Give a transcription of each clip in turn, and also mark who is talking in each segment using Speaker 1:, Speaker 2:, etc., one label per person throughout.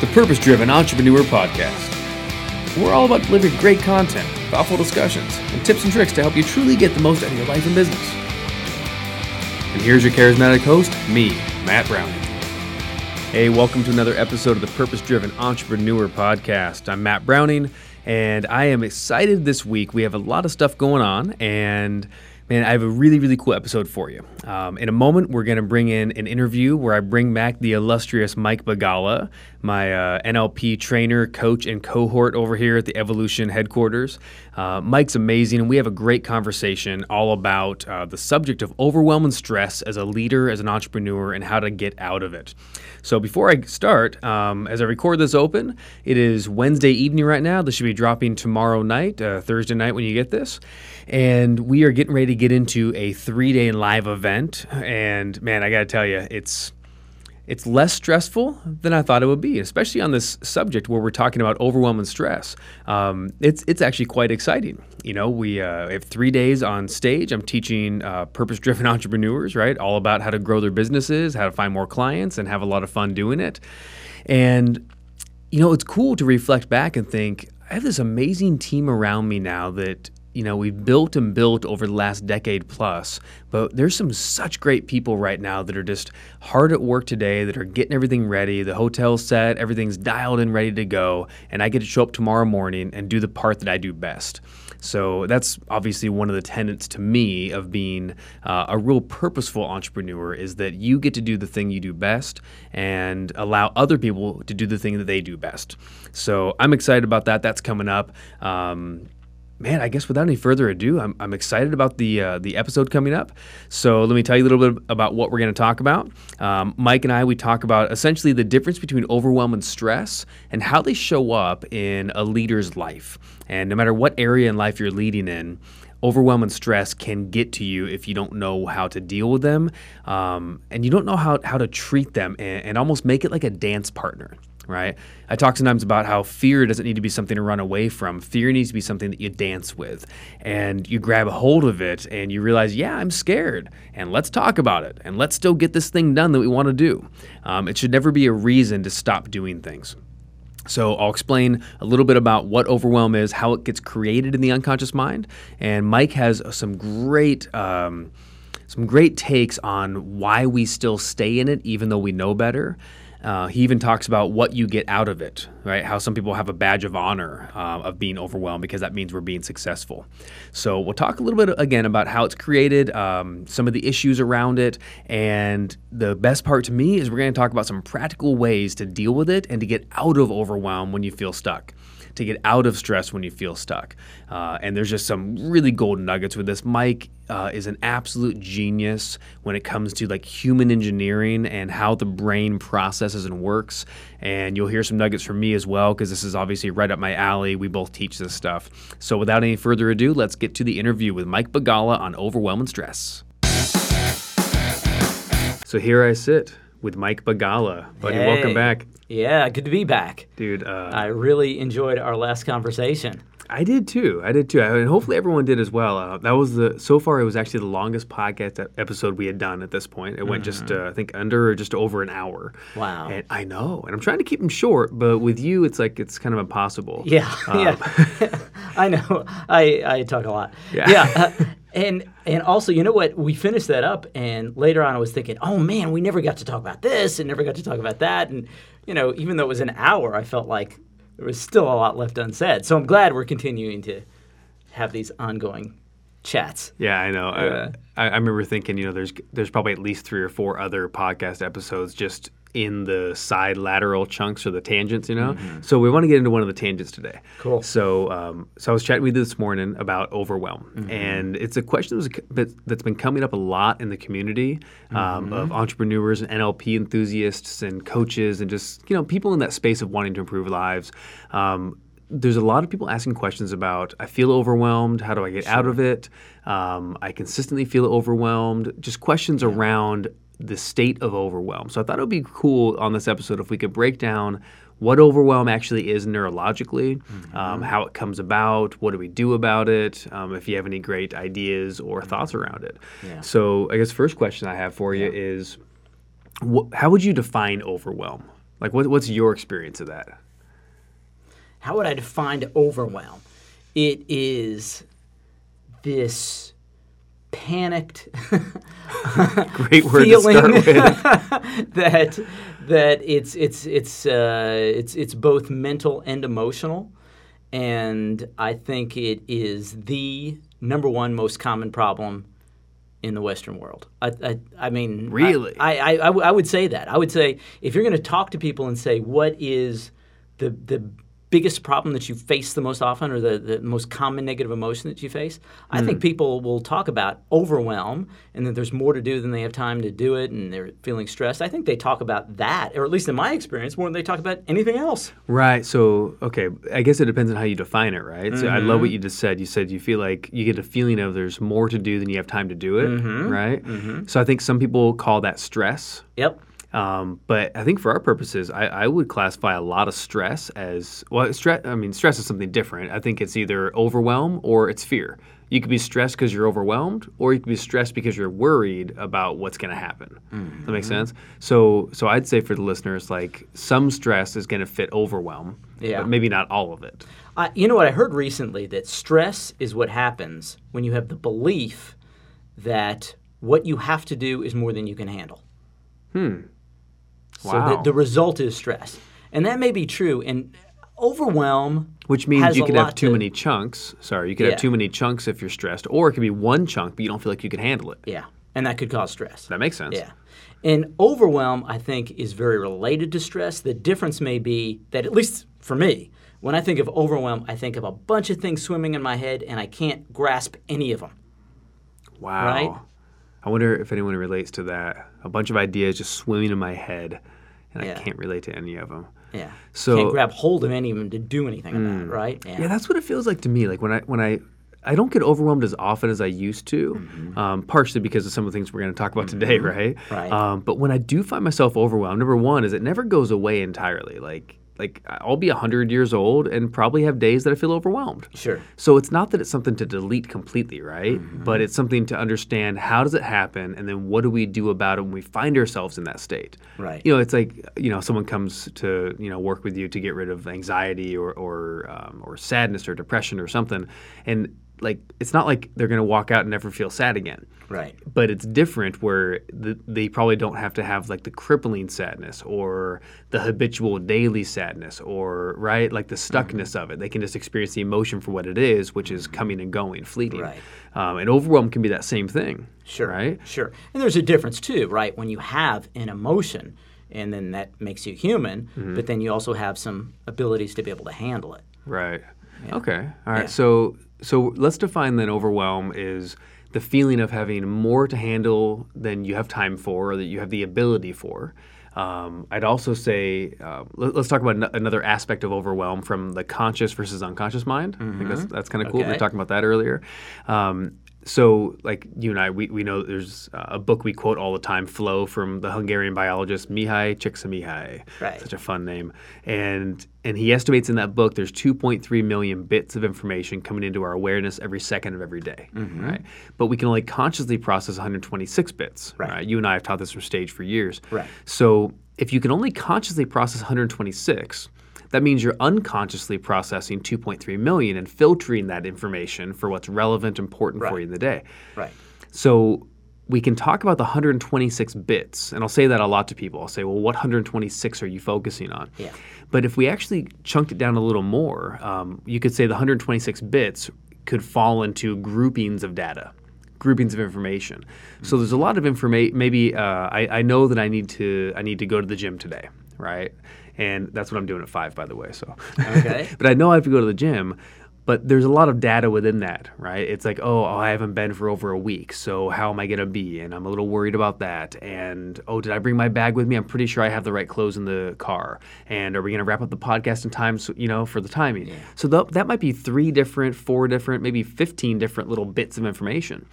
Speaker 1: the Purpose Driven Entrepreneur Podcast. We're all about delivering great content, thoughtful discussions, and tips and tricks to help you truly get the most out of your life and business. And here's your charismatic host, me, Matt Browning. Hey, welcome to another episode of the Purpose Driven Entrepreneur Podcast. I'm Matt Browning, and I am excited this week. We have a lot of stuff going on, and man, I have a really, really cool episode for you. Um, in a moment, we're going to bring in an interview where I bring back the illustrious Mike Bagala, my uh, NLP trainer, coach, and cohort over here at the Evolution headquarters. Uh, Mike's amazing, and we have a great conversation all about uh, the subject of overwhelm and stress as a leader, as an entrepreneur, and how to get out of it. So before I start, um, as I record this open, it is Wednesday evening right now. This should be dropping tomorrow night, uh, Thursday night when you get this. And we are getting ready to get into a three day live event. And man, I got to tell you, it's it's less stressful than I thought it would be, especially on this subject where we're talking about overwhelm and stress. Um, it's it's actually quite exciting. You know, we uh, have three days on stage. I'm teaching uh, purpose-driven entrepreneurs, right, all about how to grow their businesses, how to find more clients, and have a lot of fun doing it. And you know, it's cool to reflect back and think I have this amazing team around me now that you know we've built and built over the last decade plus but there's some such great people right now that are just hard at work today that are getting everything ready the hotel's set everything's dialed and ready to go and i get to show up tomorrow morning and do the part that i do best so that's obviously one of the tenets to me of being uh, a real purposeful entrepreneur is that you get to do the thing you do best and allow other people to do the thing that they do best so i'm excited about that that's coming up um, man, I guess without any further ado, I'm, I'm excited about the uh, the episode coming up. So let me tell you a little bit about what we're going to talk about. Um, Mike and I we talk about essentially the difference between overwhelm and stress and how they show up in a leader's life. And no matter what area in life you're leading in, overwhelm and stress can get to you if you don't know how to deal with them um, and you don't know how, how to treat them and, and almost make it like a dance partner right? I talk sometimes about how fear doesn't need to be something to run away from. Fear needs to be something that you dance with and you grab a hold of it and you realize, yeah, I'm scared and let's talk about it and let's still get this thing done that we want to do. Um, it should never be a reason to stop doing things. So, I'll explain a little bit about what overwhelm is, how it gets created in the unconscious mind. And Mike has some great. Um, some great takes on why we still stay in it, even though we know better. Uh, he even talks about what you get out of it, right? How some people have a badge of honor uh, of being overwhelmed because that means we're being successful. So we'll talk a little bit again about how it's created, um, some of the issues around it, and the best part to me is we're going to talk about some practical ways to deal with it and to get out of overwhelm when you feel stuck to get out of stress when you feel stuck. Uh, and there's just some really golden nuggets with this. Mike uh, is an absolute genius when it comes to like human engineering and how the brain processes and works. And you'll hear some nuggets from me as well, because this is obviously right up my alley. We both teach this stuff. So without any further ado, let's get to the interview with Mike Bagala on overwhelm and stress. So here I sit with Mike Bagala. Buddy,
Speaker 2: Hey.
Speaker 1: welcome back.
Speaker 2: Yeah, good to be back.
Speaker 1: Dude, uh,
Speaker 2: I really enjoyed our last conversation.
Speaker 1: I did too. I did too. I, and hopefully everyone did as well. Uh, that was the so far it was actually the longest podcast e- episode we had done at this point. It went just uh, I think under or just over an hour.
Speaker 2: Mm-hmm. Wow.
Speaker 1: And I know. And I'm trying to keep them short, but with you it's like it's kind of impossible.
Speaker 2: Yeah, yeah. I know. I, I talk a lot.
Speaker 1: Yeah.
Speaker 2: uh, and and also, you know what? We finished that up, and later on, I was thinking, oh man, we never got to talk about this, and never got to talk about that, and you know, even though it was an hour, I felt like there was still a lot left unsaid. So I'm glad we're continuing to have these ongoing chats.
Speaker 1: Yeah, I know.
Speaker 2: Yeah.
Speaker 1: I, I remember thinking, you know, there's there's probably at least three or four other podcast episodes just in the side lateral chunks or the tangents, you know. So we want to get into one of the tangents today.
Speaker 2: Mm-hmm. Cool.
Speaker 1: So, um, so I was chatting with you this morning about overwhelm, and it's a question that's, that- that's been coming up a lot in the community um, of entrepreneurs and NLP enthusiasts and coaches and just you know people in that space of wanting to improve lives. Um, there's a lot of people asking questions about I feel overwhelmed. How do I get out of it? Um, I consistently feel overwhelmed. Just questions around the state of overwhelm. So I thought it would be cool on this episode if we could break down what overwhelm actually is neurologically,
Speaker 2: Mm-hmm.
Speaker 1: um, how it comes about, what do we do about it, um, if you have any great ideas or thoughts around it.
Speaker 2: Mm-hmm. Yeah.
Speaker 1: So I guess first question I have for you is, wh- how would you define overwhelm? Like, what, what's your experience of that?
Speaker 2: how would I define overwhelm? It is this panicked
Speaker 1: Great word
Speaker 2: feeling
Speaker 1: to start with.
Speaker 2: that that it's it's it's uh, it's it's both mental and emotional, and I think it is the number one most common problem in the Western world. I I, I mean, I-
Speaker 1: Really?
Speaker 2: I, I, I, w- I would say that. I would say if you're going to talk to people and say what is the the biggest problem that you face the most often or the, the most common negative emotion that you face, I think people will talk about overwhelm and that there's more to do than they have time to do it and they're feeling stressed. I think they talk about that, or at least in my experience, more than they talk about anything else.
Speaker 1: Right. So, okay, I guess it depends on how you define it, right? So, I
Speaker 2: Mm-hmm.
Speaker 1: love what you just said. You said you feel like you get a feeling of there's more to do than you have time to do it,
Speaker 2: Mm-hmm.
Speaker 1: right? So, I think some people call that stress.
Speaker 2: Yep.
Speaker 1: Um, but I think for our purposes, I, I would classify a lot of stress as well. Stress. I mean, stress is something different. I think it's either overwhelm or it's fear. You could be stressed because you're overwhelmed, or you could be stressed because you're worried about what's going to happen. Does That
Speaker 2: Mm-hmm.
Speaker 1: makes sense. So, so I'd say for the listeners, like some stress is going to fit overwhelm,
Speaker 2: Yeah.
Speaker 1: but maybe not all of it.
Speaker 2: I, you know what I heard recently that stress is what happens when you have the belief that what you have to do is more than you can handle. Hmm. So
Speaker 1: Wow.
Speaker 2: the, the result is stress, and that may be true. And overwhelm,
Speaker 1: Which means
Speaker 2: has
Speaker 1: you
Speaker 2: a
Speaker 1: could have
Speaker 2: lot
Speaker 1: too
Speaker 2: to-
Speaker 1: many chunks. Sorry, you could
Speaker 2: Yeah.
Speaker 1: have too many chunks if you're stressed, or it could be one chunk, but you don't feel like you can handle it.
Speaker 2: yeah, and that could cause stress.
Speaker 1: That makes sense.
Speaker 2: Yeah. And overwhelm, I think, is very related to stress. The difference may be that, at least for me, when I think of overwhelm, I think of a bunch of things swimming in my head and I can't grasp any of them.
Speaker 1: Wow.
Speaker 2: Right?
Speaker 1: I wonder if anyone relates to that. A bunch of ideas just swimming in my head, and
Speaker 2: Yeah.
Speaker 1: I can't relate to any of them.
Speaker 2: Yeah.
Speaker 1: So- Mm.
Speaker 2: can't grab hold of any of them to do anything about it, right?
Speaker 1: Yeah, that's what it feels like to me. Like when I when I I don't get overwhelmed as often as I used to, um, partially because of some of the things we're going to talk about today, right?
Speaker 2: Right.
Speaker 1: Um, but when I do find myself overwhelmed, number one is it never goes away entirely. Like like I'll be hundred years old and probably have days that I feel overwhelmed.
Speaker 2: Sure.
Speaker 1: So it's not that it's something to delete completely, right? But it's something to understand how does it happen and then what do we do about it when we find ourselves in that state.
Speaker 2: Right.
Speaker 1: You know, it's like, you know, someone comes to, you know, work with you to get rid of anxiety or or um, or sadness or depression or something and like it's not like they're going to walk out and never feel sad again.
Speaker 2: Right.
Speaker 1: But it's different where the, they probably don't have to have like the crippling sadness or the habitual daily sadness or, right, like the
Speaker 2: Mm-hmm.
Speaker 1: stuckness of it. They can just experience the emotion for what it is, which is coming and going, fleeting.
Speaker 2: Right.
Speaker 1: Um, and overwhelm can be that same thing.
Speaker 2: Sure.
Speaker 1: Right?
Speaker 2: Sure. And there's a difference too, right? When you have an emotion and then that makes you human,
Speaker 1: Mm-hmm.
Speaker 2: but then you also have some abilities to be able to handle it.
Speaker 1: Right. Okay. All right.
Speaker 2: Yeah.
Speaker 1: So so let's define then overwhelm is the feeling of having more to handle than you have time for or that you have the ability for. Um, I'd also say uh, let, us talk about an- another aspect of overwhelm from the conscious versus unconscious mind. I think that's that's kind of cool. We
Speaker 2: Mm-hmm. Okay.
Speaker 1: were talking about that earlier. Um, so, like you and I, we, we know there's uh, a book we quote all the time, Flow, from the Hungarian biologist Mihai Csikszentmihalyi.
Speaker 2: Right.
Speaker 1: Such a fun name. And and he estimates in that book there's 2.3 million bits of information coming into our awareness every second of every day,
Speaker 2: Mm-hmm.
Speaker 1: Right. But we can only consciously process 126 bits.
Speaker 2: Right.
Speaker 1: You and I have taught this from stage for years.
Speaker 2: Right.
Speaker 1: So if you can only consciously process 126, that means you're unconsciously processing 2.3 million and filtering that information for what's relevant, important for
Speaker 2: Right.
Speaker 1: you in the day.
Speaker 2: Right.
Speaker 1: So we can talk about the 126 bits, and I'll say that a lot to people. I'll say, well, what 126 are you focusing on?
Speaker 2: Yeah.
Speaker 1: But if we actually chunked it down a little more, um, you could say the 126 bits could fall into groupings of data, groupings of information. So there's a lot of information. Maybe uh, I, I know that I need to I need to go to the gym today, right? And that's what I'm doing at five, by the way. So
Speaker 2: Okay.
Speaker 1: but I know I have to go to the gym. But there's a lot of data within that, right? It's like, oh, I haven't been for over a week, so how am I gonna be? And I'm a little worried about that. And oh, did I bring my bag with me? I'm pretty sure I have the right clothes in the car. And are we gonna wrap up the podcast in time? So, you know, for the timing. So tho- that might be three different, four different, maybe 15 different little bits of information.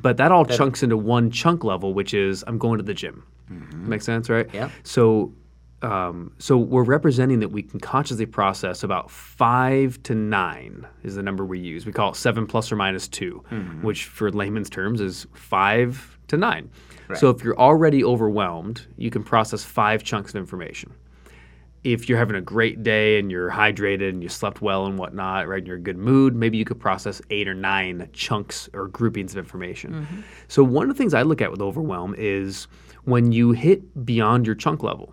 Speaker 1: But that all chunks into one chunk level, which is I'm going to the gym. Make sense, right?
Speaker 2: Yeah.
Speaker 1: So um, so we're representing that we can consciously process about five to nine is the number we use. We call it seven plus or minus 2 which for layman's terms is five to nine. So if you're already overwhelmed, you can process five chunks of information. if you're having a great day and you're hydrated and you slept well and whatnot, right, and you're in a good mood, maybe you could process eight or nine chunks or groupings of information. So, one of the things I look at with overwhelm is when you hit beyond your chunk level.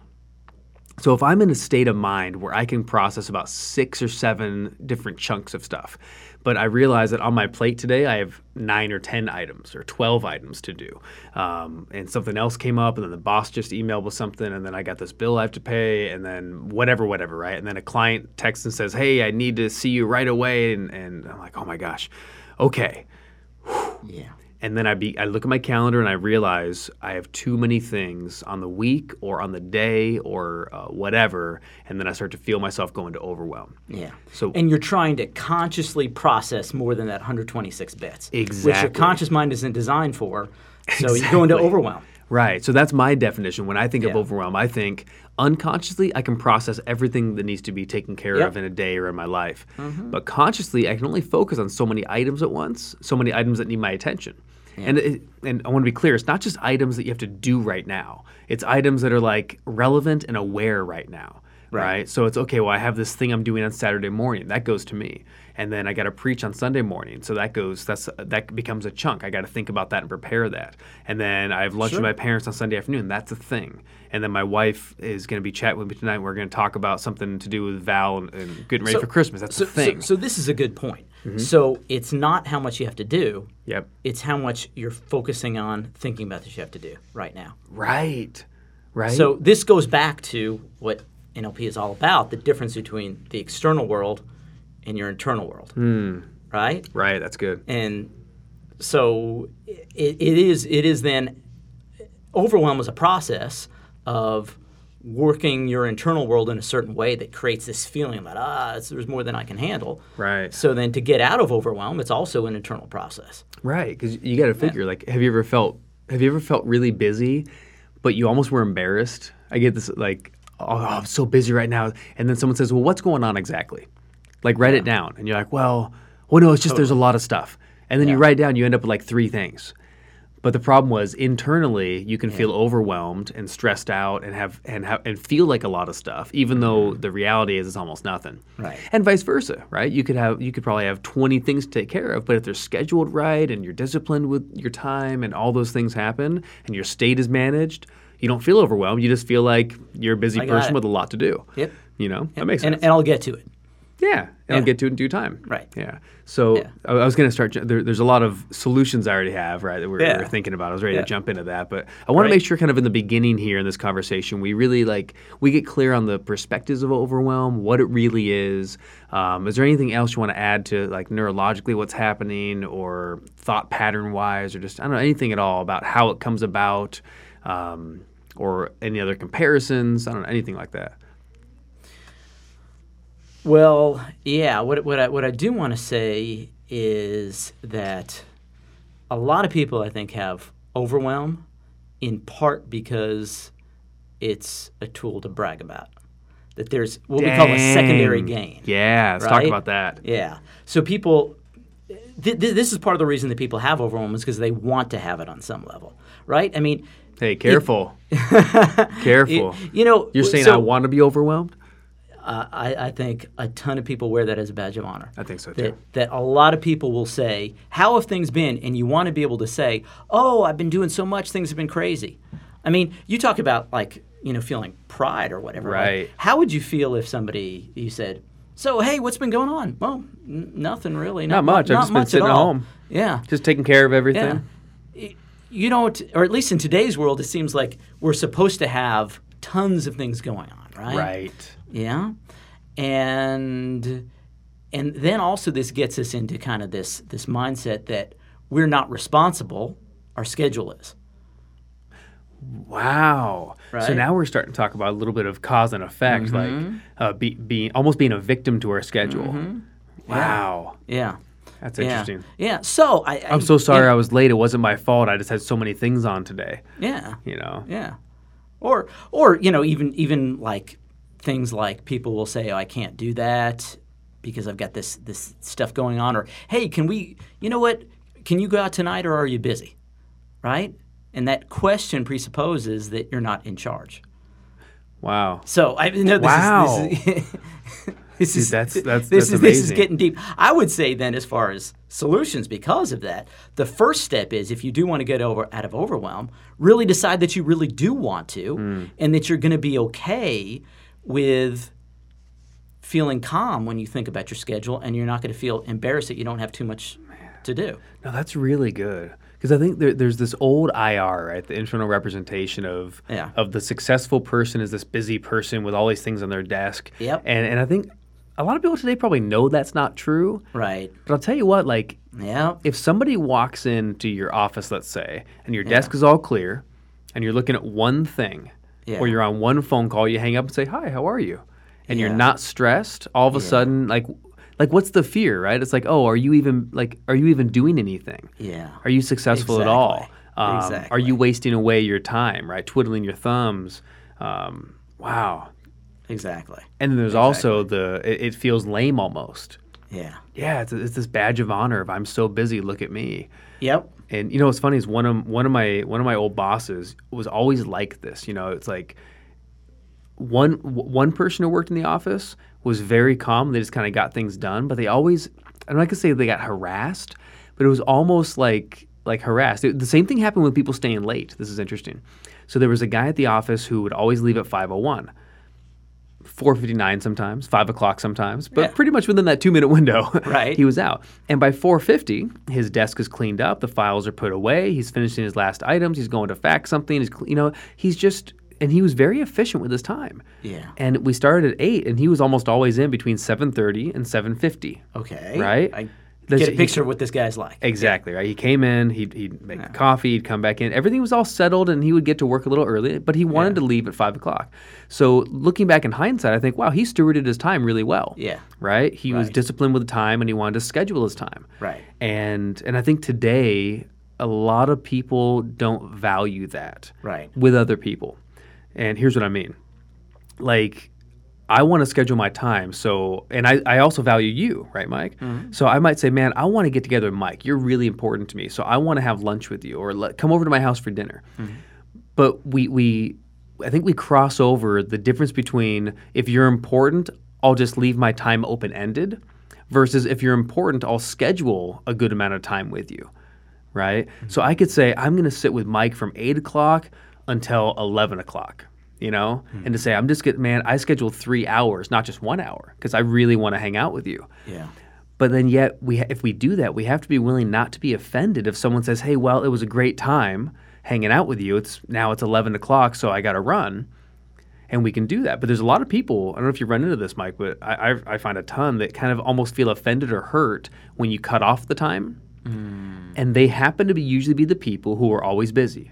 Speaker 1: So if I'm in a state of mind where I can process about six or seven different chunks of stuff, but I realize that on my plate today I have nine or ten items or twelve items to do, um, and something else came up, and then the boss just emailed with something, and then I got this bill I have to pay, and then whatever, whatever, right? And then a client texts and says, "Hey, I need to see you right away," and, and I'm like, "Oh my gosh, okay."
Speaker 2: Yeah.
Speaker 1: and then I be I look at my calendar and I realize I have too many things on the week or on the day or uh, whatever, and then I start to feel myself go into overwhelm.
Speaker 2: Yeah.
Speaker 1: So-
Speaker 2: and you're trying to consciously process more than that 126 bits, which
Speaker 1: Exactly.
Speaker 2: your conscious mind isn't designed for. So you go into
Speaker 1: Exactly.
Speaker 2: overwhelm.
Speaker 1: Right. So that's my definition. When I think of
Speaker 2: Yeah.
Speaker 1: overwhelm, I think unconsciously I can process everything that needs to be taken care
Speaker 2: Yep. Mm-hmm.
Speaker 1: of in a day or in my life. But consciously, I can only focus on so many items at once, so many items that need my attention. And it, and I want to be clear, it's not just items that you have to do right now. It's items that are like relevant and aware right now. Right. So it's okay, well, I have this thing I'm doing on Saturday morning. That goes to me. And then I got to preach on Sunday morning. So that goes that's that becomes a chunk. I got to think about that and prepare that. And then I have lunch with my parents on Sunday afternoon. That's a thing. And then my wife is going to be chatting with me tonight. We're going to talk about something to do with Val and, and getting ready
Speaker 2: So-
Speaker 1: for Christmas. That's
Speaker 2: So,
Speaker 1: a thing. Mm-hmm.
Speaker 2: So, so this is a good point. So it's not how much you have to do.
Speaker 1: yep.
Speaker 2: It's how much you're focusing on thinking about that you have to do right now.
Speaker 1: Right. Right.
Speaker 2: So this goes back to what NLP is all about: the difference between the external world and your internal world.
Speaker 1: Hmm.
Speaker 2: Right.
Speaker 1: right. That's good.
Speaker 2: and so it, it is it is then overwhelm is a process of working your internal world in a certain way that creates this feeling about ah it's, there's more than I can handle
Speaker 1: Right.
Speaker 2: so then to get out of overwhelm it's also an internal process
Speaker 1: Right, because you got to figure like, have you ever felt have you ever felt really busy, but you almost were embarrassed? I get this like, oh, I'm so busy right now, and then someone says, well, what's going on exactly? Like, write it down, and you're like, well, well, no, it's just there's a lot of stuff, and then you write it down, you end up with like three things. But the problem was internally, you can feel overwhelmed and stressed out, and have and have and feel like a lot of stuff, even though the reality is it's almost nothing.
Speaker 2: Mm-hmm. Right.
Speaker 1: And vice versa, right? You could have you could probably have twenty things to take care of, but if they're scheduled right and you're disciplined with your time and all those things happen, and your state is managed, you don't feel overwhelmed. You just feel like you're a busy
Speaker 2: got
Speaker 1: person
Speaker 2: it.
Speaker 1: with a lot to do.
Speaker 2: Yep.
Speaker 1: You know that makes
Speaker 2: and,
Speaker 1: sense.
Speaker 2: and I'll get to it
Speaker 1: Yeah, and I'll get to it in due time.
Speaker 2: Right.
Speaker 1: Yeah. So I, I was going to start. ju- There, there's a lot of solutions I already have, right? That we're,
Speaker 2: Yeah.
Speaker 1: we're thinking about. I was ready
Speaker 2: Yeah.
Speaker 1: to jump into that, but I want
Speaker 2: Right.
Speaker 1: to make sure, kind of in the beginning here in this conversation, we really like we get clear on the perspectives of overwhelm, what it really is. Um, is there anything else you want to add to like neurologically what's happening, or thought pattern wise, or just I don't know anything at all about how it comes about, um, or any other comparisons? I don't know anything like that.
Speaker 2: well yeah what what I, what I do want to say is that a lot of people I think have overwhelm in part because it's a tool to brag about. That there's what we call a secondary
Speaker 1: Dang.
Speaker 2: gain.
Speaker 1: Yeah, let's
Speaker 2: right?
Speaker 1: talk about that.
Speaker 2: Yeah. So people, th- th- this is part of the reason that people have overwhelm is because they want to have it on some level, right? I mean,
Speaker 1: Hey, careful.
Speaker 2: it-
Speaker 1: careful.
Speaker 2: you know,
Speaker 1: You're saying
Speaker 2: so,
Speaker 1: I want to be overwhelmed?
Speaker 2: uh, I, I think a ton of people wear that as a badge of honor.
Speaker 1: I think so
Speaker 2: that,
Speaker 1: too.
Speaker 2: that a lot of people will say, How have things been? And you want to be able to say, Oh, I've been doing so much, things have been crazy. I mean, you talk about like, you know, feeling pride or whatever. like,
Speaker 1: Right.
Speaker 2: how would you feel if somebody, you said, So, hey, what's been going on? Well, n- nothing really. Not,
Speaker 1: much. I've
Speaker 2: Not,
Speaker 1: just been
Speaker 2: much
Speaker 1: sitting
Speaker 2: at
Speaker 1: at
Speaker 2: all.
Speaker 1: home.
Speaker 2: Yeah.
Speaker 1: Just taking care of everything.
Speaker 2: Yeah. Y- You don't, or at least in today's world, it seems like we're supposed to have tons of things going on, right?
Speaker 1: Right.
Speaker 2: Yeah. And and then also this gets us into kind of this this mindset that we're not responsible, our schedule is.
Speaker 1: Wow. So
Speaker 2: Right. Mm-hmm.
Speaker 1: now we're starting to talk about a little bit of cause and effect, like uh, be, being almost being a victim to our schedule. Wow.
Speaker 2: Yeah.
Speaker 1: That's
Speaker 2: Yeah.
Speaker 1: interesting.
Speaker 2: Yeah. So I, I
Speaker 1: I'm so sorry I was late. It wasn't my fault. I just had so many things on today.
Speaker 2: Yeah.
Speaker 1: You know.
Speaker 2: Yeah. Or or you know even even like things like people will say oh I can't do that because I've got this this stuff going on or hey can we you know what can you go out tonight or are you busy? Right? And that question presupposes that you're not in charge.
Speaker 1: Wow.
Speaker 2: So I no, this
Speaker 1: Wow.
Speaker 2: is this is, this is
Speaker 1: that's- that's-
Speaker 2: this
Speaker 1: that's
Speaker 2: is this is
Speaker 1: amazing.
Speaker 2: getting deep. I would say then, as far as solutions, because of that, the first step is if you do want to get over out of overwhelm, really decide that you really do want to,
Speaker 1: Hmm.
Speaker 2: and that you're going to be okay with feeling calm when you think about your schedule, and you're not going to feel embarrassed that you don't have too much to do.
Speaker 1: No, that's really good because I think there, there's this old IR, right? The internal representation of
Speaker 2: Yeah.
Speaker 1: of the successful person is this busy person with all these things on their desk.
Speaker 2: Yep.
Speaker 1: And and I think a lot of people today probably know that's not true.
Speaker 2: Right?
Speaker 1: But I'll tell you what, like
Speaker 2: Yeah.
Speaker 1: if somebody walks into your office, let's say, and your desk is all clear, and you're looking at one thing,
Speaker 2: Yeah.
Speaker 1: or you're on one phone call, you hang up and say, "Hi, how are you?" And you're
Speaker 2: Yeah.
Speaker 1: not stressed. All of a sudden, like, like what's the fear, right? It's like, oh, are you even like, are you even doing anything?
Speaker 2: Yeah.
Speaker 1: Are you successful at all?
Speaker 2: Exactly.
Speaker 1: Um, Are
Speaker 2: Exactly.
Speaker 1: you wasting away your time, right? Twiddling your thumbs. Um, wow.
Speaker 2: Exactly.
Speaker 1: And then there's also the it, it feels lame almost.
Speaker 2: Yeah.
Speaker 1: Yeah, it's, it's this badge of honor of I'm so busy. Look at me.
Speaker 2: Yep.
Speaker 1: And you know what's funny is one of one of my one of my old bosses was always like this. You know, it's like one w- one person who worked in the office was very calm. They just kind of got things done, but they always I'm not gonna say they got harassed, but it was almost like like harassed. It- the same thing happened with people staying late. This is interesting. So there was a guy at the office who would always leave at 5:01. 4:59 sometimes, 5 o'clock sometimes, but
Speaker 2: Yeah.
Speaker 1: pretty much within that two minute window,
Speaker 2: Right.
Speaker 1: he was out. And by 4:50, his desk is cleaned up, the files are put away, he's finishing his last items, he's going to fax something, he's cle- you know, he's just and he was very efficient with his time.
Speaker 2: Yeah.
Speaker 1: And we started at eight, and he was almost always in between 7:30 and 7:50.
Speaker 2: Okay.
Speaker 1: Right?
Speaker 2: I
Speaker 1: That's-
Speaker 2: get a picture of what this guy's like.
Speaker 1: Exactly right. He came in. He'd, he'd make coffee. He'd come back in. Everything was all settled, and he would get to work a little early. But he wanted to leave at five o'clock. So looking back in hindsight, I think, wow, he stewarded his time really well.
Speaker 2: Yeah.
Speaker 1: Right. He was
Speaker 2: Right.
Speaker 1: disciplined with the time, and he wanted to schedule his time.
Speaker 2: Right.
Speaker 1: And and I think today a lot of people don't value that
Speaker 2: Right.
Speaker 1: with other people. And here's what I mean. Like I want to schedule my time. So, and I, I also value you, right, Mike? So I might say, man, I want to get together with Mike. You're really important to me. So I want to have lunch with you or let, come over to my house for dinner. But we, we, I think we cross over the difference between if you're important, I'll just leave my time open ended versus if you're important, I'll schedule a good amount of time with you right? So I could say I'm going to sit with Mike from eight o'clock until eleven o'clock, you know, and to say I'm just get man, I scheduled three hours, not just one hour, because I really want to hang out with you.
Speaker 2: Yeah.
Speaker 1: But then yet we ha- if we do that, we have to be willing not to be offended if someone says, "Hey, well, it was a great time hanging out with you. It's now it's eleven o'clock, so I got to run." And we can do that, but there's a lot of people. I don't know if you run into this, Mike, but I, I, I find a ton that kind of almost feel offended or hurt when you cut off the time and they happen to be usually be the people who are always busy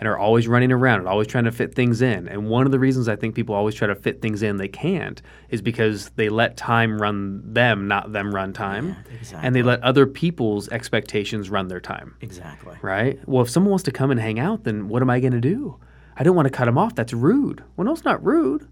Speaker 1: and are always running around and always trying to fit things in and one of the reasons i think people always try to fit things in they can't is because they let time run them not them run time and they let other people's expectations run their time
Speaker 2: Exactly.
Speaker 1: right well if someone wants to come and hang out then what am i going to do i don't want to cut them off that's rude well no it's not rude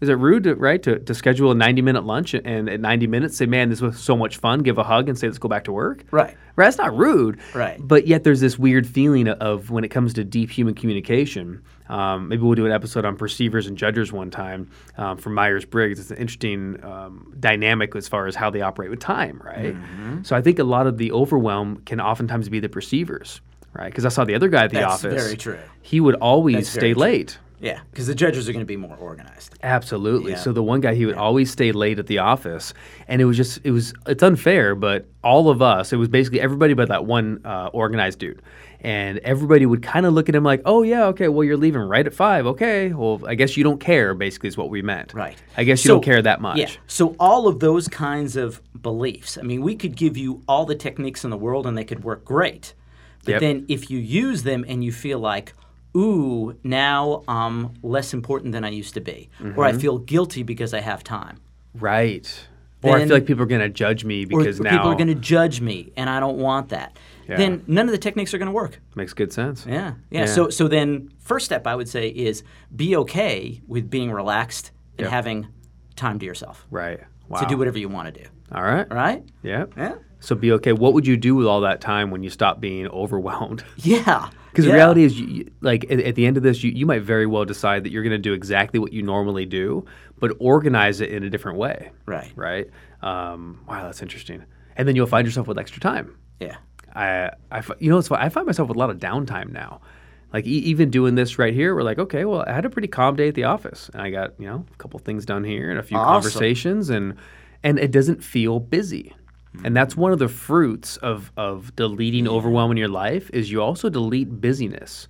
Speaker 1: is it rude to, right to, to schedule a 90 minute lunch and at 90 minutes say man this was so much fun give a hug and say let's go back to work
Speaker 2: Right.
Speaker 1: Right, that's not rude.
Speaker 2: Right.
Speaker 1: But yet there's this weird feeling of, when it comes to deep human communication. Um, maybe we'll do an episode on perceivers and judgers one time um, from Myers Briggs. It's an interesting um, dynamic as far as how they operate with time, right?
Speaker 2: Mm-hmm.
Speaker 1: So I think a lot of the overwhelm can oftentimes be the perceivers, right? Because I saw the other guy at the
Speaker 2: That's
Speaker 1: office.
Speaker 2: very true.
Speaker 1: He would always
Speaker 2: very
Speaker 1: stay
Speaker 2: true.
Speaker 1: late.
Speaker 2: Yeah, because the judges are going to be more organized.
Speaker 1: Absolutely.
Speaker 2: Yeah.
Speaker 1: So the one guy he would always stay late at the office, and it was just it was it's unfair, but all of us it was basically everybody but that one uh, organized dude, and everybody would kind of look at him like, oh yeah, okay, well you're leaving right at five, okay, well I guess you don't care. Basically, is what we meant.
Speaker 2: Right.
Speaker 1: I guess you
Speaker 2: So-
Speaker 1: don't care that much.
Speaker 2: Yeah. So all of those kinds of beliefs. I mean, we could give you all the techniques in the world and they could work great. But
Speaker 1: Yep.
Speaker 2: then if you use them and you feel like, ooh, now I'm less important than I used to be, or
Speaker 1: Mm-hmm.
Speaker 2: I feel guilty because I have time.
Speaker 1: Right. Or I
Speaker 2: Then-
Speaker 1: feel like people are gonna judge me
Speaker 2: Or
Speaker 1: because
Speaker 2: or
Speaker 1: now
Speaker 2: people are going to judge me and I don't want that. Then none of the techniques are going to work.
Speaker 1: makes good sense.
Speaker 2: Yeah, yeah. So so then first step I would say is be okay with being relaxed and
Speaker 1: Yeah.
Speaker 2: having time to yourself
Speaker 1: Right. Wow.
Speaker 2: to do whatever you want to do.
Speaker 1: All right.
Speaker 2: right?
Speaker 1: Yeah.
Speaker 2: Yeah.
Speaker 1: So be okay. What would you do with all that time when you stop being overwhelmed?
Speaker 2: Yeah.
Speaker 1: Because
Speaker 2: yeah.
Speaker 1: the reality is, you, you- like at, at the end of this, you, you might very well decide that you're going to do exactly what you normally do, but organize it in a different way.
Speaker 2: Right.
Speaker 1: Right. Um, wow, that's interesting. And then you'll find yourself with extra time.
Speaker 2: Yeah.
Speaker 1: I, I f- you know, it's fun. I find myself with a lot of downtime now. Like e- even doing this right here, we're like, okay, well, I had a pretty calm day at the office, and I got you know a couple things done here and a few
Speaker 2: Awesome.
Speaker 1: conversations, and and it doesn't feel busy. And that's one of the fruits of of deleting overwhelm in your life is you also delete busyness.